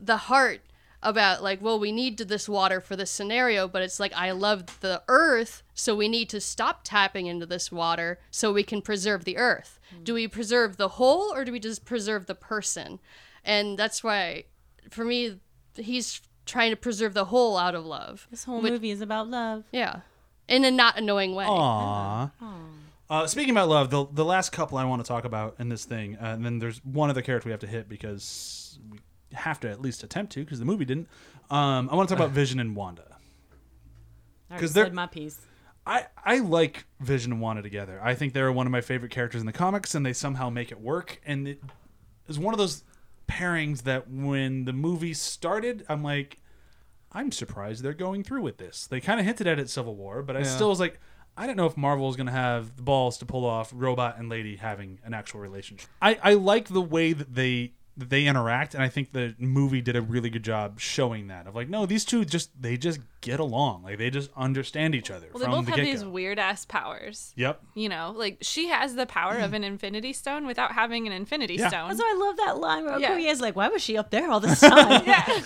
S3: the heart about like well we need to this water for this scenario but it's like i love the earth so we need to stop tapping into this water so we can preserve the earth do we preserve the whole or do we just preserve the person and that's why for me he's trying to preserve the whole out of love
S4: This whole movie is about love.
S3: yeah in a not annoying way
S1: Aww. Uh, speaking about love, the the last couple I want to talk about in this thing, uh, and then there's one other character we have to hit because we have to at least attempt to because the movie didn't. Um, I want to talk about Vision and Wanda.
S4: I
S1: 'Cause
S4: already
S1: they're-
S4: said my piece.
S1: I, I like Vision and Wanda together. I think they're one of my favorite characters in the comics, and they somehow make it work. And it is one of those pairings that when the movie started, I'm like, I'm surprised they're going through with this. They kind of hinted at it Civil War, but I still was like, I don't know if Marvel is going to have the balls to pull off Robot and Lady having an actual relationship. I, I like the way that they that they interact, and I think the movie did a really good job showing that. Of like, no, these two just they just get along. Like they just understand each other
S5: Well, they
S1: from
S5: both
S1: the
S5: have
S1: get
S5: these weird ass powers.
S1: Yep.
S5: You know, like she has the power
S1: *clears throat*
S5: of an infinity stone without having an infinity
S1: Yeah.
S5: stone.
S4: That's why I love that line where
S5: Yeah.
S4: Okoye is like, why was she up
S3: *laughs*
S4: there all this time?
S5: yeah.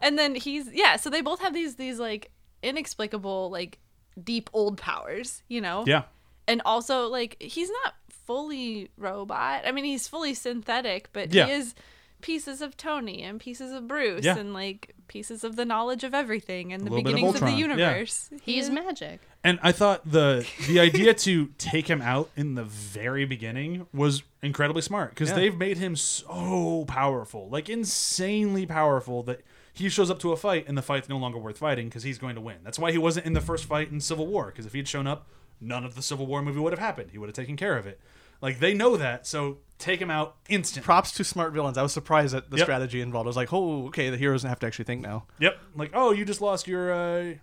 S5: and then he's yeah, so they both have these these like inexplicable like deep old powers, you know.
S1: Yeah.
S5: And also like he's not fully robot. I mean, he's fully synthetic, but
S1: Yeah.
S5: he is pieces of Tony and pieces of Bruce
S1: Yeah.
S5: and like pieces of the knowledge of everything and the
S1: little bit of
S5: beginnings of, the
S1: Ultron, yeah.
S5: universe. He
S3: he's
S5: is-
S3: magic
S1: And I thought the the idea to take him out in the very beginning was incredibly smart because they've made him so powerful, like insanely powerful that he shows up to a fight and the fight's no longer worth fighting because he's going to win. That's why he wasn't in the first fight in Civil War because if he had shown up, none of the Civil War movie would have happened. He would have taken care of it. Like they know that, so take him out instantly.
S2: Props to smart villains. I was surprised at the
S1: Yep.
S2: strategy involved. I was like, oh, okay, the hero doesn't have to actually think now.
S1: yep. Like oh, you just lost your uh,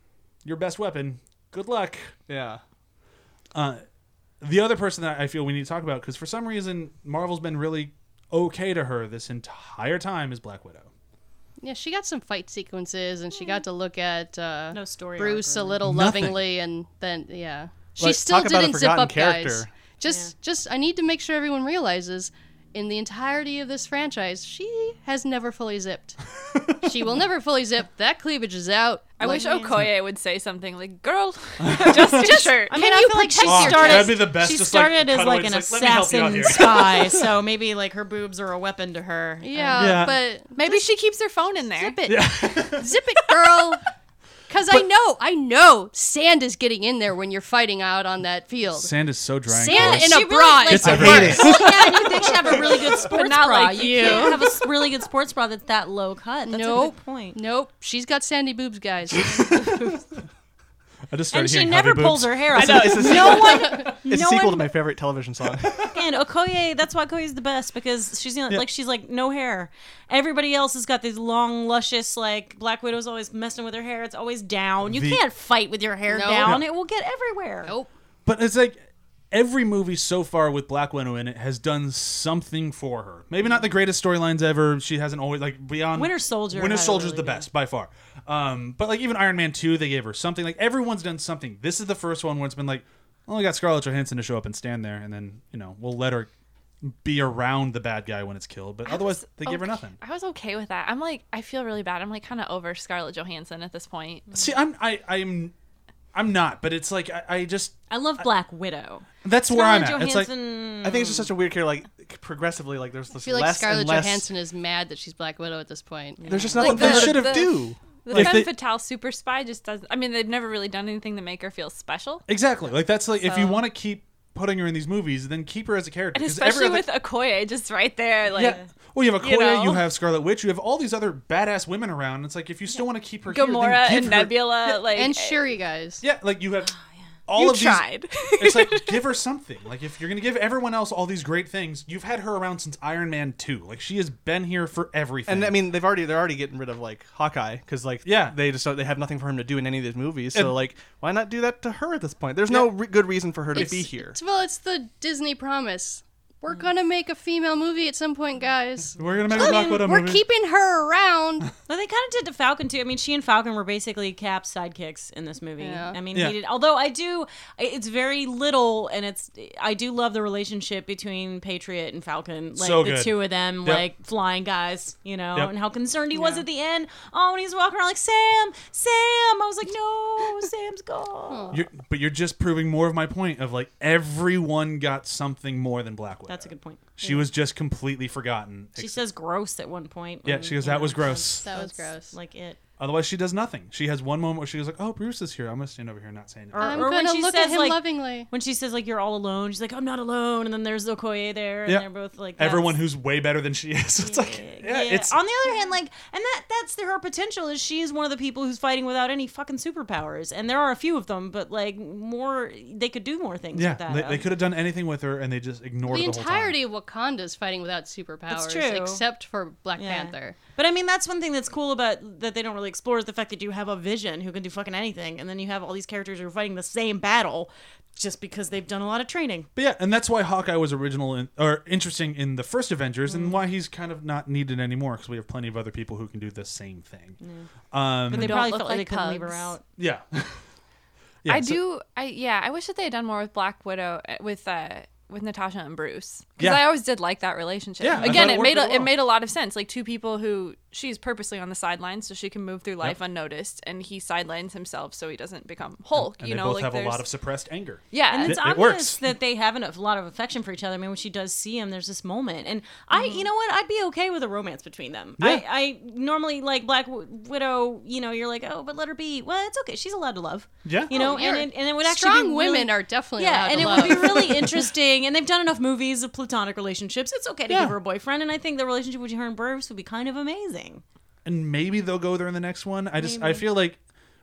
S1: your best weapon. Good luck.
S2: Yeah.
S1: Uh, the other person that I feel we need to talk about because for some reason Marvel's been really okay to her this entire time is Black Widow.
S3: yeah she got some fight sequences and she got to look at uh,
S4: Hmm. No story arc
S3: Bruce
S4: or
S3: a little
S1: Nothing.
S3: lovingly, and then yeah, she
S2: Like,
S3: still
S2: talk about a
S3: didn't zip
S2: forgotten
S3: up, guys.
S2: character.
S3: Just, just I need to make sure everyone realizes, in the entirety of this franchise, she has never fully
S2: *laughs*
S3: zipped. she will never fully zip. That cleavage is out.
S5: I
S3: Like,
S5: wish Okoye would say something
S1: *laughs*
S5: like, "Girl, *laughs* just your shirt."
S4: I mean,
S3: Can
S4: I
S3: you
S4: feel like she
S3: protect your
S4: started.
S1: That'd be the best,
S4: She
S1: just, like,
S4: started as
S1: cutaway,
S4: like an
S1: just like, "Let me help you out
S4: assassin
S1: here."
S4: spy, so maybe like her boobs are a weapon to her.
S3: Yeah,
S1: Yeah.
S3: but
S5: Maybe she keeps her phone in there.
S3: zip it, *laughs* zip it, girl. Because I know, I know, sand is getting in there when you're fighting out out on that field.
S1: Sand is so dry.
S3: Sand in
S4: She
S3: a
S4: really,
S3: bra
S4: like,
S3: is
S1: I
S3: the
S1: hate
S3: worst.
S1: it.
S2: *laughs*
S4: yeah, and you think should have a really good sports
S5: not
S4: bra.
S5: like
S4: you, can't have a s- really good sports bra that's that low cut. That's a
S3: Nope.
S4: good point.
S3: Nope, she's got sandy boobs, guys.
S1: I just started
S4: And she
S1: hearing
S4: never
S1: hubby
S4: pulls
S1: boobs.
S4: her hair up.
S2: it's a,
S4: No
S1: *laughs*
S4: one,
S2: it's a
S4: no
S2: sequel
S4: one,
S2: to my favorite television song.
S4: and Okoye. That's why Okoye's the best because she's the only-
S1: Yeah.
S4: like she's like no hair. Everybody else has got these long, luscious. Like Black Widow's always messing with her hair. It's always down. You
S1: The-
S4: can't fight with your hair
S3: No.
S4: down. It will get everywhere.
S3: Nope.
S1: But it's like every movie so far with Black Widow in it has done something for her. Maybe not the greatest storylines ever. She hasn't always like beyond
S4: Winter Soldier
S1: Winter
S4: had a
S1: Soldier's
S4: really
S1: the
S4: good-
S1: best by far. Um, but like even Iron Man two, they gave her something. Like everyone's done something. oh, This is the first one where it's been like, well, we got Scarlett Johansson to show up and stand there, and then you know we'll let her be around the bad guy when it's killed, but otherwise they give her nothing.
S5: I was okay with that. I'm like, I feel really bad. I'm like kind of over Scarlett Johansson at this point.
S1: See, I'm I I'm I'm not, but it's like I, I just
S4: I love Black Widow.
S1: that's where I'm
S4: Scarlett
S1: at. It's like
S4: Johansson.
S2: I think it's just such a weird character. Like progressively, like there's
S3: I
S2: this
S3: feel like
S2: less
S3: Scarlett
S2: and less.
S3: Johansson is mad that she's Black Widow at this point.
S2: There's just
S5: Like
S2: nothing they
S5: the-
S2: should
S5: the-
S2: have do.
S5: The
S1: Like,
S5: femme
S1: they-
S5: fatale super spy just doesn't. I mean, they've never really done anything to make her feel special,
S1: exactly like that's like if you want to keep putting her in these movies, then keep her as a character.
S5: and
S1: 'cause
S5: especially
S1: every
S5: with
S1: other,
S5: Okoye just right there. Like,
S1: yeah. Well, you have Okoye, you,
S5: you know.
S1: have Scarlet Witch, you have all these other badass women around. It's like if you still want to keep her, here,
S5: Gamora
S1: then give
S5: and
S1: her-
S5: Nebula, like
S3: And
S5: eh,
S3: Shuri, guys.
S1: Yeah, like you have all
S5: you
S1: of
S5: tried.
S1: these. *laughs* It's like give her something. Like if you're gonna give everyone else all these great things, you've had her around since Iron Man two. Like she has been here for everything.
S2: And I mean, they've already they're already getting rid of like Hawkeye because like
S1: Yeah.
S2: they just don't, they have nothing for him to do in any of these movies. So
S1: And-
S2: like, why not do that to her at this point? There's no re- good reason for her to be here.
S3: It's- well, it's the Disney promise. We're gonna make a female movie at some point, guys.
S1: we're gonna make a Black Widow
S3: We're
S1: movie.
S3: keeping her
S4: *laughs*
S3: around.
S4: Well, they kind of did to Falcon too. I mean, she and Falcon were basically Cap's sidekicks in this movie.
S3: Yeah.
S4: I mean,
S1: Yeah.
S4: he did. Although I do, I- it's very little, and it's I do love the relationship between Patriot and Falcon, like
S1: So
S4: the
S1: good.
S4: two of them,
S1: Yep.
S4: like flying guys, you know,
S1: Yep.
S4: and how concerned he was at the end. Oh, and he's walking around like Sam, Sam. I was like, no, Sam's gone.
S1: You're, but you're just proving more of my point of like everyone got something more than Black Widow.
S4: That's a good point.
S1: She was just completely forgotten.
S4: She says gross at one point.
S1: yeah,
S4: when,
S1: she goes,
S4: you
S1: that
S4: know,
S1: was gross.
S3: That was
S4: that's
S3: gross.
S4: Like it.
S1: Otherwise, she does nothing. She has one moment where she goes like, "Oh, Bruce is here. I'm gonna stand over here and not say anything."
S4: Or-
S3: I'm
S4: or when
S3: gonna
S4: she
S3: look
S4: says,
S3: at him
S4: like-
S3: lovingly.
S4: When she says like you're all alone, she's like I'm not alone, and then there's Okoye there, and
S1: Yeah.
S4: they're both like that's-
S1: Everyone who's way better than she is. *laughs* It's like, yeah, it's
S4: on the other hand, like, and that that's the, her potential is she is one of the people who's fighting without any fucking superpowers, and there are a few of them, but like more, they could do more things
S1: yeah.
S4: with that.
S1: They, they could have done anything with her, and they just ignored
S3: The
S1: her the whole time.
S3: entirety of Wakanda is fighting without superpowers,
S4: true.
S3: except for Black
S4: Yeah.
S3: Panther.
S4: But I mean, that's one thing that's cool about that they don't really explore is the fact that you have a vision who can do fucking anything, and then you have all these characters who are fighting the same battle just because they've done a lot of training.
S1: But yeah, and that's why Hawkeye was original in, or interesting in the first Avengers, and why he's kind of not needed anymore because we have plenty of other people who can do the same thing. Um,
S4: But they
S5: don't
S4: probably
S5: look
S4: felt like they
S5: like
S4: couldn't leave her
S5: pugs.
S4: out.
S1: yeah, *laughs* yeah.
S5: I
S1: so-
S5: do. I yeah. I wish that they had done more with Black Widow uh, with uh with Natasha and Bruce because
S1: Yeah.
S5: I always did like that relationship.
S1: Yeah, I
S5: Again,
S1: thought it
S5: it, made a,
S1: worked really
S5: it
S1: well.
S5: made a lot of sense. Like two people who she's purposely on the sidelines so she can move through life unnoticed, and he sidelines himself so he doesn't become Hulk.
S1: And
S5: you
S1: they
S5: know,
S1: both
S5: like
S1: have a
S5: there's-
S1: lot of suppressed anger.
S5: yeah.
S4: And
S1: Th-
S4: it's
S1: it
S4: obvious
S1: works.
S4: that they have enough, a lot of affection for each other. I mean, when she does see him, there's this moment, and I, you know what, I'd be okay with a romance between them.
S1: Yeah.
S4: I, I normally like Black Wi- Widow. You know, you're like, oh, but let her be. Well, it's okay. She's allowed to love.
S1: Yeah.
S4: You know,
S3: Oh,
S4: and
S3: you're-
S4: it, and it would actually
S3: Strong
S4: be
S3: women
S4: really-
S3: are definitely
S4: yeah,
S3: allowed
S4: and
S3: to
S4: it
S3: love.
S4: would be *laughs* really interesting. And they've done enough movies of platonic relationships. It's okay to
S1: Yeah.
S4: give her a boyfriend, and I think the relationship between her and Bruce would be kind of amazing.
S1: and maybe they'll go there in the next one. I just I feel like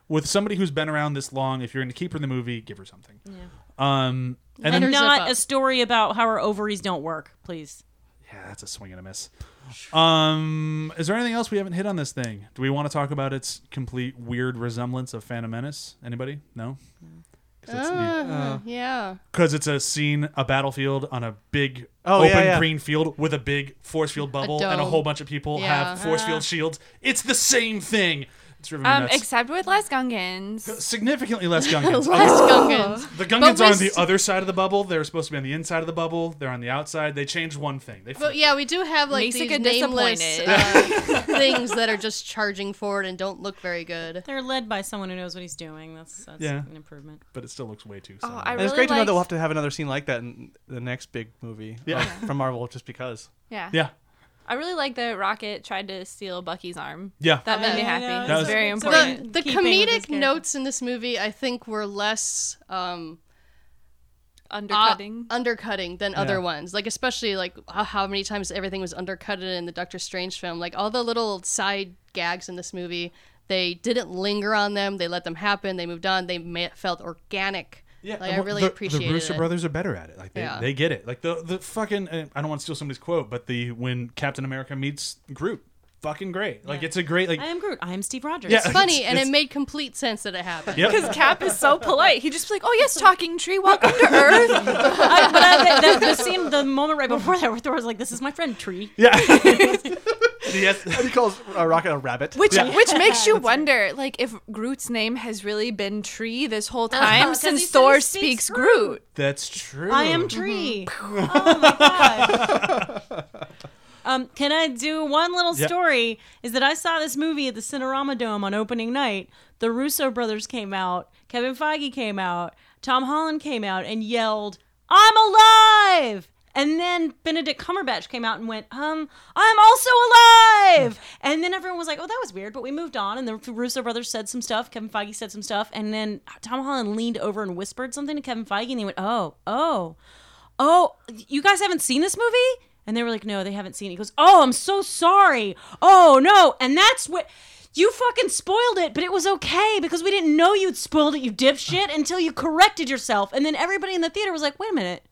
S1: with somebody who's been around this long, if you're going to keep her in the movie, give her something. Yeah. Um, and
S4: And
S1: then
S4: not
S3: up.
S4: a story about how her ovaries don't work, please.
S1: yeah, that's a swing and a miss. Um, is there anything else we haven't hit on this thing? Do we want to talk about its complete weird resemblance of Phantom Menace? Anybody? No. Because
S3: Uh, yeah.
S1: it's a scene, a battlefield on a big
S2: Oh,
S1: open
S2: yeah, yeah.
S1: green field with a big force field bubble, and a
S3: dome.
S1: whole bunch of people
S3: Yeah.
S1: have force field shields. It's the same thing. It's driven me
S5: um,
S1: nuts.
S5: except with Les Gungans.
S1: significantly less
S2: Oh.
S1: Gungans.
S3: Less
S4: Oh.
S3: Gungans.
S1: The Gungans
S3: But
S1: are
S3: we
S1: on the
S3: st-
S1: other side of the bubble. They're supposed to be on the inside of the bubble. They're on the outside. They changed one thing. They
S3: But
S1: flipped
S3: yeah, we do have like
S5: Masika
S3: these nameless
S5: disappointed.
S3: uh, things that are just charging forward and don't look very good.
S4: They're led by someone who knows what he's doing. That's, that's
S1: Yeah.
S4: an improvement.
S1: it, but it still looks way too.
S5: Oh,
S1: similar.
S5: I
S2: And
S5: really
S2: it's great to know
S5: liked,
S2: that we'll have to have another scene like that in the next big movie
S1: Yeah.
S2: of- from Marvel, just because.
S5: yeah.
S1: yeah,
S5: I really like that Rocket tried to steal Bucky's arm.
S1: yeah.
S5: That made
S4: I
S5: me
S4: know,
S5: happy.
S4: that
S5: That was
S1: was-
S5: very
S4: So
S5: important.
S3: The, Uh, the
S4: Keeping with his
S3: comedic
S4: character.
S3: notes in this movie, I think, were less um, uh,
S5: Undercutting.
S3: undercutting than other ones. Like especially like how, how many times everything was undercutted in the Doctor Strange film. Like all the little side gags in this movie, they didn't linger on them. They let them happen. They moved on. They ma- felt organic.
S1: Yeah,
S3: like I
S1: well,
S3: really
S1: the,
S3: appreciated
S1: the Rooster
S3: it.
S1: Brothers are better at it. Like they,
S3: Yeah.
S1: they get it. Like the the fucking uh, I don't want to steal somebody's quote, but the when Captain America meets Groot, fucking great. Like it's a great like
S4: I am Groot. I am Steve Rogers. *laughs*
S1: Yeah.
S3: Funny,
S1: It's-
S3: and
S1: it's-
S3: it made complete sense that it happened.
S5: *laughs*
S1: Yep.
S5: Because Cap is so polite. He just be like, "Oh yes, talking tree,
S1: *laughs*
S5: welcome to Earth."
S3: *laughs*
S4: I-
S1: *laughs*
S4: but I, the, the, the scene, the moment right before that, where Thor was like, "This is my friend Tree."
S1: yeah.
S2: yes, and he calls uh, Rocket a rabbit.
S6: Which
S2: Yeah.
S6: which makes
S4: *laughs*
S6: you wonder, like, if Groot's name has really been Tree this whole time
S4: Uh-huh. *laughs* 'cause he
S6: since
S4: said he
S6: Thor
S4: speaks
S6: speaks Groot.
S1: That's true.
S4: I am tree.
S1: Mm-hmm.
S4: oh my
S1: *laughs*
S4: gosh. Um, can I do one little
S1: Yep.
S4: story? Is that I saw this movie at the Cinerama Dome on opening night. The Russo brothers came out, Kevin Feige came out, Tom Holland came out and yelled, "I'm alive!" And then Benedict Cumberbatch came out and went, "Um, I'm also alive!" And then everyone was like, "Oh, that was weird," but we moved on. And the Russo brothers said some stuff, Kevin Feige said some stuff, and then Tom Holland leaned over and whispered something to Kevin Feige, and he went, "Oh, oh." oh, you guys haven't seen this movie? And they were like, no, they haven't seen it. He goes, oh, I'm so sorry. Oh, no. And that's what. You fucking spoiled it, but it was okay because we didn't know you'd spoiled it, you dipshit, until you corrected yourself. And then everybody in the theater was like, wait a minute.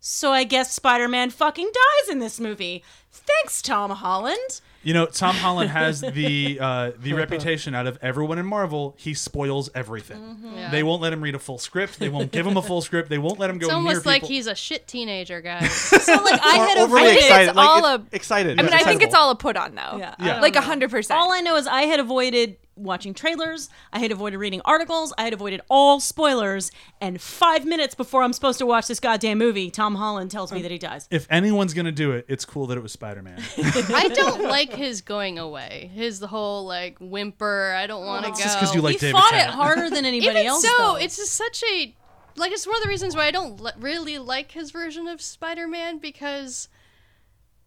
S4: So I guess Spider Man fucking dies in this movie. Thanks, Tom Holland.
S1: You know, Tom Holland has the uh, the reputation out of everyone in Marvel. He spoils everything. They won't let him read a full script. They won't give him a full script. They won't let him go
S3: It's
S1: near
S3: almost like
S1: people.
S3: he's a shit teenager, guys.
S4: So, like, I
S2: Or
S4: had
S2: overly
S4: avoided.
S2: excited. like,
S6: all
S2: it's
S6: a-
S2: excited.
S6: I mean, I think it's
S2: excitable.
S6: all a put on though.
S4: Yeah,
S1: Yeah.
S6: Like hundred percent.
S4: All I know is I had avoided watching trailers, I had avoided reading articles, I had avoided all spoilers, and five minutes before I'm supposed to watch this goddamn movie, Tom Holland tells me that he dies.
S1: if anyone's gonna do it, it's cool that it was Spider
S3: *laughs*
S1: Man.
S3: I
S1: *laughs*
S3: don't like his going away. His the whole like whimper. I don't want to go.
S1: just 'cause you like
S4: he
S1: David
S4: fought
S1: Tennant.
S4: it harder than
S3: *laughs*
S4: anybody
S3: Even
S4: else.
S3: so,
S4: though.
S3: it's just such a like. It's one of the reasons why I don't li- really like his version of Spider-Man because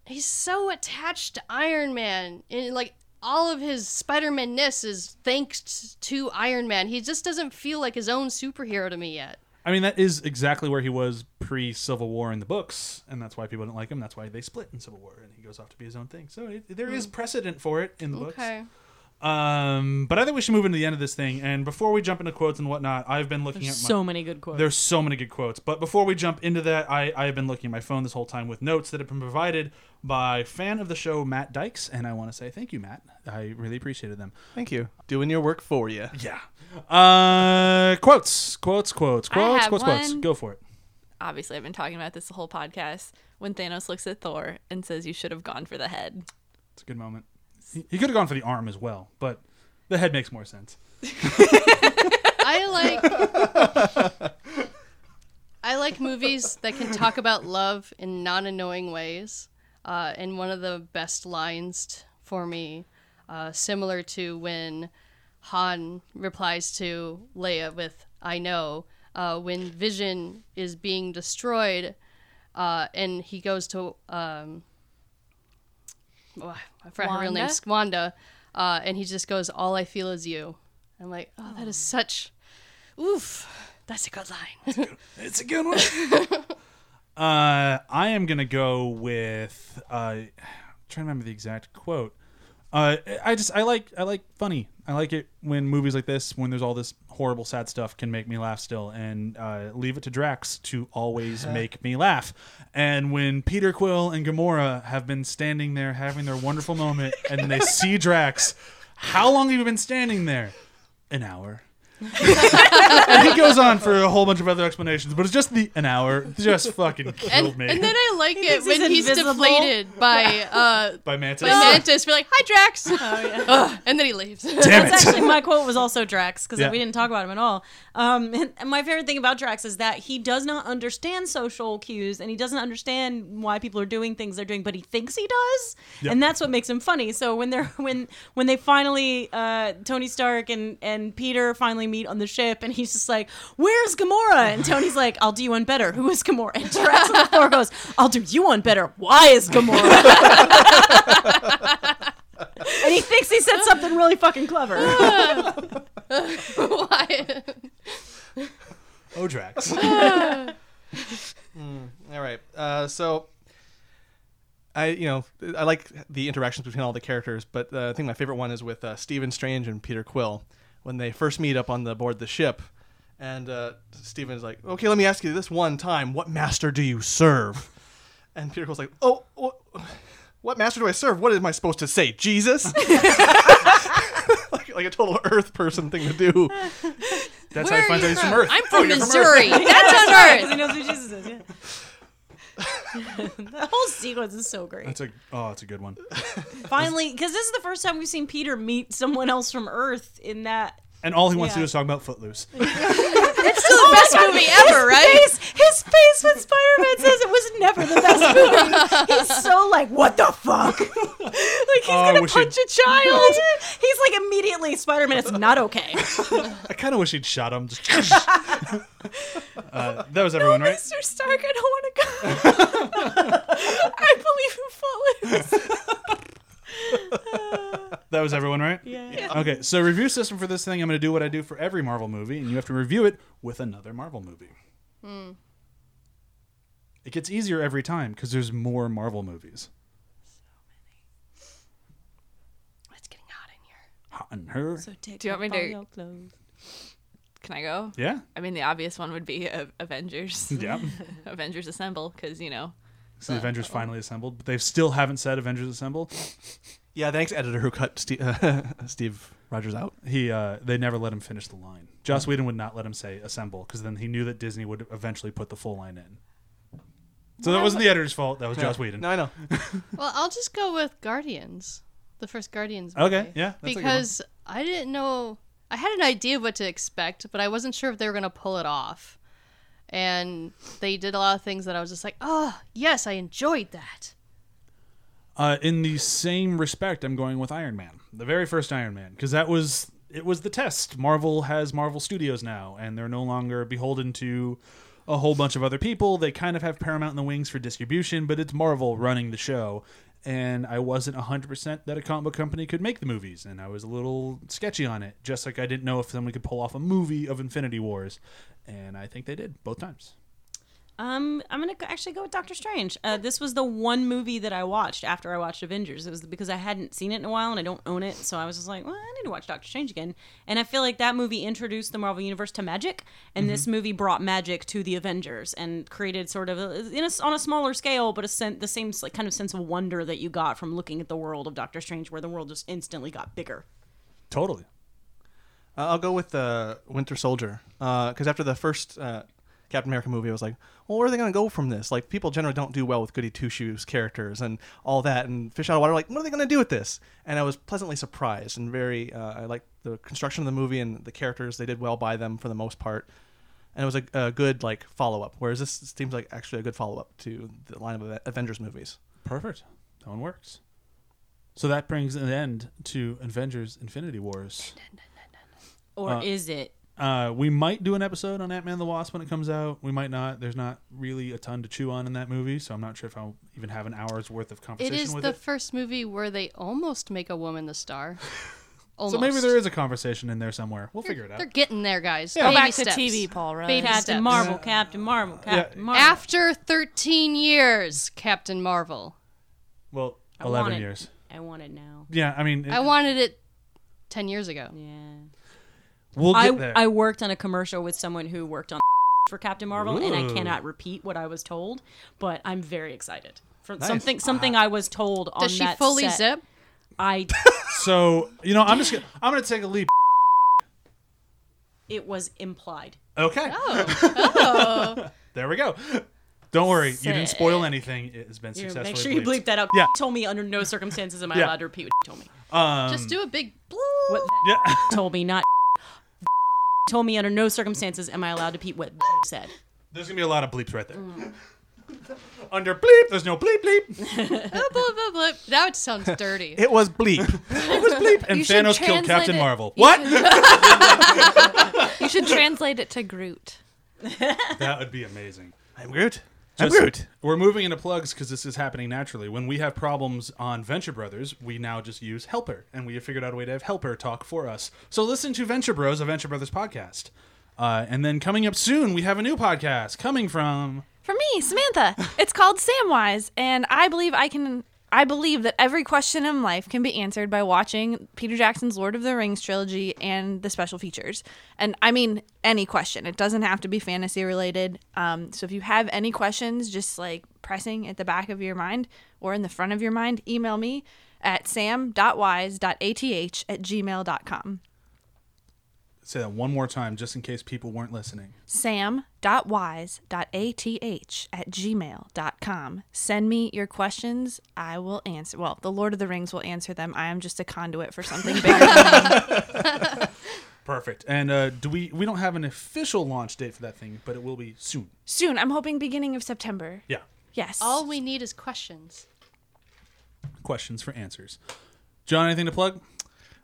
S3: he's so attached to Iron Man, and like all of his Spider-Man ness is thanks to Iron Man. He just doesn't feel like his own superhero to me yet.
S1: I mean, that is exactly where he was pre Civil War in the books, and that's why people didn't like him. That's why they split in Civil War, and he goes off to be his own thing. So it, there is precedent for it in the books.
S3: Hmm. Okay.
S1: Um, but I think we should move into the end of this thing. And before we jump into quotes and whatnot, I've been looking at my,
S4: so many good quotes.
S1: There's so many good quotes. But before we jump into that, I, I have been looking at my phone this whole time with notes that have been provided by fan of the show, Matt Dykes. And I want to say thank you, Matt. I really appreciated them.
S2: Thank you. Doing your work for you.
S1: Yeah. Uh, quotes, quotes, quotes,
S5: I
S1: quotes,
S5: have
S1: quotes, quotes.
S5: one.
S1: Go for it.
S5: Obviously, I've been talking about this the whole podcast. When Thanos looks at Thor and says, "You should have gone for the head."
S1: It's a good moment. He, he could have gone for the arm as well, but the head makes more sense.
S3: I like. I like movies that can talk about love in non annoying ways. Uh, and one of the best lines t- for me, uh, similar to when Han replies to Leia with, I know, uh, when Vision is being destroyed uh, and he goes to. Um, oh, I forgot her real name, Wanda, uh, and he just goes, All I feel is you. I'm like, oh, that is such. Oof, that's a good line.
S1: It's a good one. *laughs* uh, I am gonna go with uh, I'm trying to remember the exact quote. Uh, I just I like I like funny. I like it when movies like this, when there's all this horrible sad stuff, can make me laugh still. And uh, leave it to Drax to
S3: Uh-huh.
S1: always make me laugh. And when Peter Quill and Gamora have been standing there having their wonderful
S3: *laughs*
S1: moment, and they see Drax, how long have you been standing there? An
S3: *laughs*
S1: hour and he goes on for a whole bunch of other explanations, but it's just the an hour just fucking killed
S3: and,
S1: me
S3: and then I like it
S4: thinks
S3: when
S4: he's
S3: he's
S4: invisible.
S3: deflated by uh,
S1: *laughs* by Mantis.
S3: by Mantis. Be like, "Hi, Drax," *laughs* Ugh, and then he leaves.
S1: Damn
S4: That's
S1: it!
S4: actually
S1: *laughs*
S4: my quote was also Drax because
S1: Yeah.
S4: we didn't talk about him at all. Um, *laughs* and my favorite thing about Drax is that he does not understand social cues and he doesn't understand why people are doing things they're doing, but he thinks he does,
S1: Yeah.
S4: and that's what makes him funny. So when they're *laughs* when when they finally uh, Tony Stark and and Peter finally meet on the ship, and he's just like, "Where's Gamora?" And Tony's like, "I'll do you one better. Who is Gamora?" And Drax on the floor goes, "I'll do you one better. Why is Gamora?" *laughs* and he thinks he said something really fucking clever.
S3: *laughs*
S1: *laughs*
S3: Why?
S1: Oh, Drax.
S2: Mm, All right. Uh, so I, you know, I like the interactions between all the characters, but uh, I think my favorite one is with uh, Stephen Strange and Peter Quill when they first meet up on the board the ship. And uh, Stephen's like, "Okay, let me ask you this one time: What master do you serve?" And Peter Quill's like, "Oh, what, what master do I serve? What am I supposed to say, Jesus?" like, like a total Earth person thing to do.
S1: That's
S3: Where
S1: how he finds
S3: are
S1: out
S3: you
S1: he's Oh, from Earth.
S3: I'm from
S1: *laughs* you're from
S3: Missouri. That's on Earth.
S4: Because he knows who Jesus is. Yeah. the whole sequence is so great.
S1: That's a oh, that's a good one.
S4: Finally, because this is the first time we've seen Peter meet someone else from Earth in that.
S1: And all he wants to do
S4: Yeah.
S1: is talk about Footloose.
S3: It's still the best movie ever, right?
S4: Oh His, his face when Spider Man says it was never the best movie. He's so like, what the fuck? *laughs* like he's
S1: I
S4: gonna
S1: wish
S4: punch
S1: it-
S4: a child. he's like immediately Spider Man. It's not
S1: *laughs*
S4: okay.
S1: I kind of wish he'd shot him. Just uh, that was everyone, right?
S5: Mr. Stark, I don't want to go.
S4: *laughs*
S5: I believe in Footloose.
S1: *laughs* That was everyone, right?
S4: Yeah.
S1: Okay, so review system for this thing. I'm going to do what I do for every Marvel movie, and you have to review it with another Marvel movie. It gets easier every time because there's more Marvel movies.
S3: It's getting hot in here.
S1: Hot and her.
S4: So take
S5: Do you want me to-
S4: off all your clothes.
S5: Can I go?
S1: yeah.
S5: I mean, the obvious one would be uh,
S1: *laughs*
S5: Avengers. *laughs*
S1: Yeah.
S5: Avengers Assemble, because, you know,
S1: So the Avengers finally assembled, but they still haven't said Avengers assemble.
S2: Yeah, thanks, editor who cut Steve, uh, *laughs* Steve Rogers out.
S1: He, uh, they never let him finish the line. Joss Whedon would not let him say assemble because then he knew that Disney would eventually put the full line in. So that wasn't the editor's fault. That was Joss Whedon.
S2: No, I know.
S3: Well, I'll just go with Guardians, the first Guardians. Movie.
S1: Okay. Yeah. That's a good one.
S3: because I didn't know. I had an idea of what to expect, but I wasn't sure if they were going to pull it off. And they did a lot of things that I was just like, oh, yes, I enjoyed that.
S1: Uh, in the same respect, I'm going with Iron Man, the very first Iron Man, because that was it was the test. Marvel has Marvel Studios now, and they're no longer beholden to a whole bunch of other people. They kind of have Paramount in the wings for distribution, but it's Marvel running the show. And I wasn't 100% that a comic book company could make the movies, and I was a little sketchy on it, just like I didn't know if someone could pull off a movie of Infinity Wars. And I think they did both times.
S4: Um, I'm gonna go- actually go with Doctor Strange. Uh, this was the one movie that I watched after I watched Avengers. It was because I hadn't seen it in a while and I don't own it, so I was just like, well, I need to watch Doctor Strange again. And I feel like that movie introduced the Marvel universe to magic, and
S5: Mm-hmm.
S4: this movie brought magic to the Avengers and created sort of a, in a, on a smaller scale, but a sen- the same like, kind of sense of wonder that you got from looking at the world of Doctor Strange, where the world just instantly got bigger.
S1: Totally.
S2: Uh, I'll go with the Winter Soldier because after the first uh, Captain America movie, I was like, "Well, where are they going to go from this? Like, people generally don't do well with goody two shoes characters and all that, and fish out of water. Like, what are they going to do with this?" And I was pleasantly surprised and very. Uh, I liked the construction of the movie and the characters. They did well by them for the most part, and it was a, a good like follow up. Whereas this seems like actually a good follow up to the line of Avengers movies.
S1: Perfect. That one works. So that brings an end to Avengers Infinity Wars.
S4: Or is it?
S1: Uh, we might do an episode on Ant Man the Wasp when it comes out. We might not. There's not really a ton to chew on in that movie, so I'm not sure if I'll even have an hour's worth of
S3: It
S1: conversation
S3: is
S1: with
S3: the
S1: it.
S3: first movie where they almost make a woman the star. Almost.
S1: *laughs* So maybe there is a conversation in there somewhere. We'll figure it out.
S3: They're getting there, guys.
S5: go
S3: Baby
S5: back
S3: steps.
S5: to TV, Paul Rudd.
S3: Baby-
S4: Captain
S3: steps.
S4: Marvel, Captain Marvel, Captain Marvel.
S3: After 13 years, Captain Marvel.
S1: Well,
S4: I want
S1: eleven
S4: it.
S1: years.
S4: I want it now.
S1: Yeah, I mean, it-
S3: I wanted it 10 years ago.
S4: Yeah.
S1: we'll get
S4: I,
S1: there.
S4: I worked on a commercial with someone who worked on *laughs* for Captain Marvel, and I
S1: Ooh.
S4: cannot repeat what I was told, but I'm very excited for
S2: Nice.
S4: something. Something
S1: Ah.
S4: I was told on
S3: Does she
S4: that
S3: fully
S4: set.
S3: zip?
S1: *laughs*
S4: I
S1: so you know, I'm just gonna, I'm gonna take a leap.
S4: it was implied.
S1: Okay,
S3: Oh. oh.
S1: *laughs* there we go. Don't worry, you didn't spoil anything. It has been
S4: You
S1: successfully.
S4: make sure you bleep
S1: bleeped.
S4: that out.
S1: Yeah.
S4: told me under no circumstances am I
S1: Yeah.
S4: allowed to repeat what told me.
S1: Um,
S3: Just do a big bloop.
S4: What
S1: Yeah.
S4: told me not *laughs* told me under no circumstances am I allowed to repeat what said.
S1: There's gonna be a lot of bleeps right there. *laughs* Under bleep, there's no bleep bleep.
S3: Bloop, bloop, bloop, bloop.
S1: *laughs*
S3: That sounds dirty.
S2: It was bleep.
S1: It was bleep, and
S5: *laughs* You should
S1: Thanos killed
S5: translate
S1: Captain
S5: it-
S1: Marvel.
S5: you
S1: What?
S5: should- *laughs* you should translate it to Groot.
S1: That would be amazing.
S2: *laughs* I'm Groot. I'm
S1: Just-
S2: Groot.
S1: We're moving into plugs because this is happening naturally. When we have problems on Venture Brothers, we now just use Helper, and we have figured out a way to have Helper talk for us. So listen to Venture Bros, a Venture Brothers podcast. Uh, and then coming up soon, we have a new podcast coming from.
S5: For me, Samantha, it's called Samwise, and I believe I can. I believe that every question in life can be answered by watching Peter Jackson's Lord of the Rings trilogy and the special features. And I mean, any question. It doesn't have to be fantasy related. Um, so if you have any questions, just like pressing at the back of your mind or in the front of your mind, email me at sam.wise.ath at gmail.com.
S1: Say that one more time, just in case people weren't listening.
S5: sam.wise.ath at gmail.com. Send me your questions. I will answer. Well, the Lord of the Rings will answer them. I am just a conduit for something bigger. than me.
S1: Perfect. And uh, do we? We don't have an official launch date for that thing, but it will be soon.
S5: Soon. I'm hoping beginning of September.
S1: Yeah.
S5: Yes.
S3: All we need is questions.
S1: Questions for answers. John, anything to plug?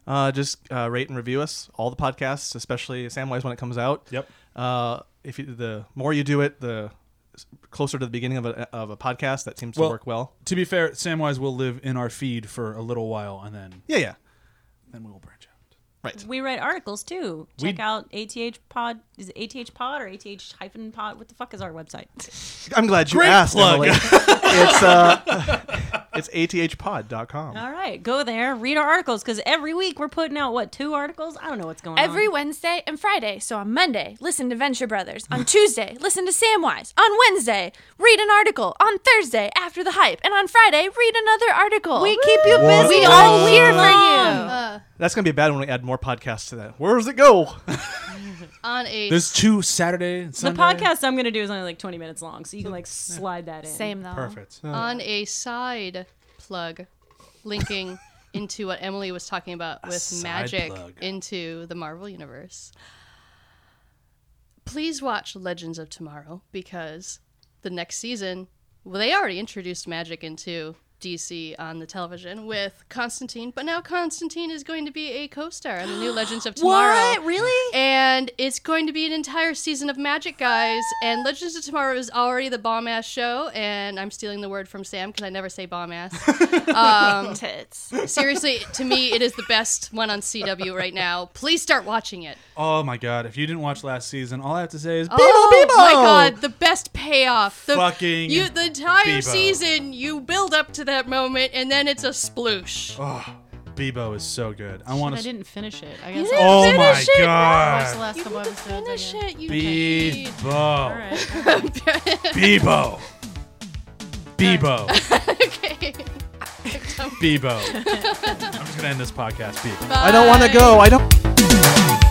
S2: Uh, just uh, rate and review us, all the podcasts, especially Samwise when it comes out.
S1: Yep.
S2: Uh, if you, the more you do it, the s- closer to the beginning of a, of a podcast. That seems
S1: Well-
S2: to work well.
S1: To be fair, Samwise will live in our feed for a little while, and then
S2: Yeah, yeah.
S1: then we will branch out.
S2: Right.
S4: We write articles too. Check
S1: We-
S4: out ATH Pod. Is it ATH Pod or ATH hyphen Pod? What the fuck is our website?
S2: I'm glad you
S1: Great
S2: asked,
S1: plug. *laughs*
S2: Emily. it's uh, *laughs* it's athpod.com.
S4: All right, go there, read our articles because every week we're putting out what two articles? I don't know what's going
S5: Every
S4: on.
S5: Wednesday and Friday. So on Monday, listen to Venture Brothers. On Tuesday, listen to Samwise. On Wednesday, read an article. On Thursday, after the hype. And on Friday, read another article.
S4: we keep you
S2: What
S4: busy.
S2: the-
S5: We all here for you.
S3: Uh,
S2: That's gonna be bad when we add more podcasts to that. Where does it go?
S3: on a
S1: There's two Saturday and
S4: The
S1: Sunday.
S4: podcast I'm gonna do is only like 20 minutes long, so you can like slide that in.
S5: Same though.
S1: Perfect.
S3: on a side plug,
S1: *laughs*
S3: linking into what Emily was talking about with
S1: side
S3: magic
S1: plug.
S3: into the Marvel universe. Please watch Legends of Tomorrow because the next season, well, they already introduced magic into DC on the television with Constantine, but now Constantine is going to be a co-star on the new
S1: *gasps*
S3: Legends of Tomorrow.
S4: What? Really?
S3: And it's going to be an entire season of Magic, guys. And Legends of Tomorrow is already the bomb ass show. And I'm stealing the word from Sam because I never say
S1: *laughs*
S3: bomb ass.
S5: Tits.
S3: Seriously, to me, it is the best one on CW right now. Please start watching it.
S1: Oh my god! If you didn't watch last season, all I have to say is
S3: oh my god, the best payoff. The,
S1: Fucking
S3: you, the entire
S1: Bebo.
S3: season, you build up to that moment, and then it's a sploosh.
S1: Oh. Bebo is so good. I want
S7: I
S1: to.
S7: didn't finish it. I guess
S1: Oh my
S3: Finish it,
S7: I watched the
S1: god!
S7: last couple episodes. I
S3: Finish
S7: guess.
S3: it, you need.
S1: Bebo.
S7: All right.
S1: Bebo. Bebo.
S3: Okay.
S1: Bebo. I'm just gonna end this podcast. Bebo.
S2: I don't want to go. I don't.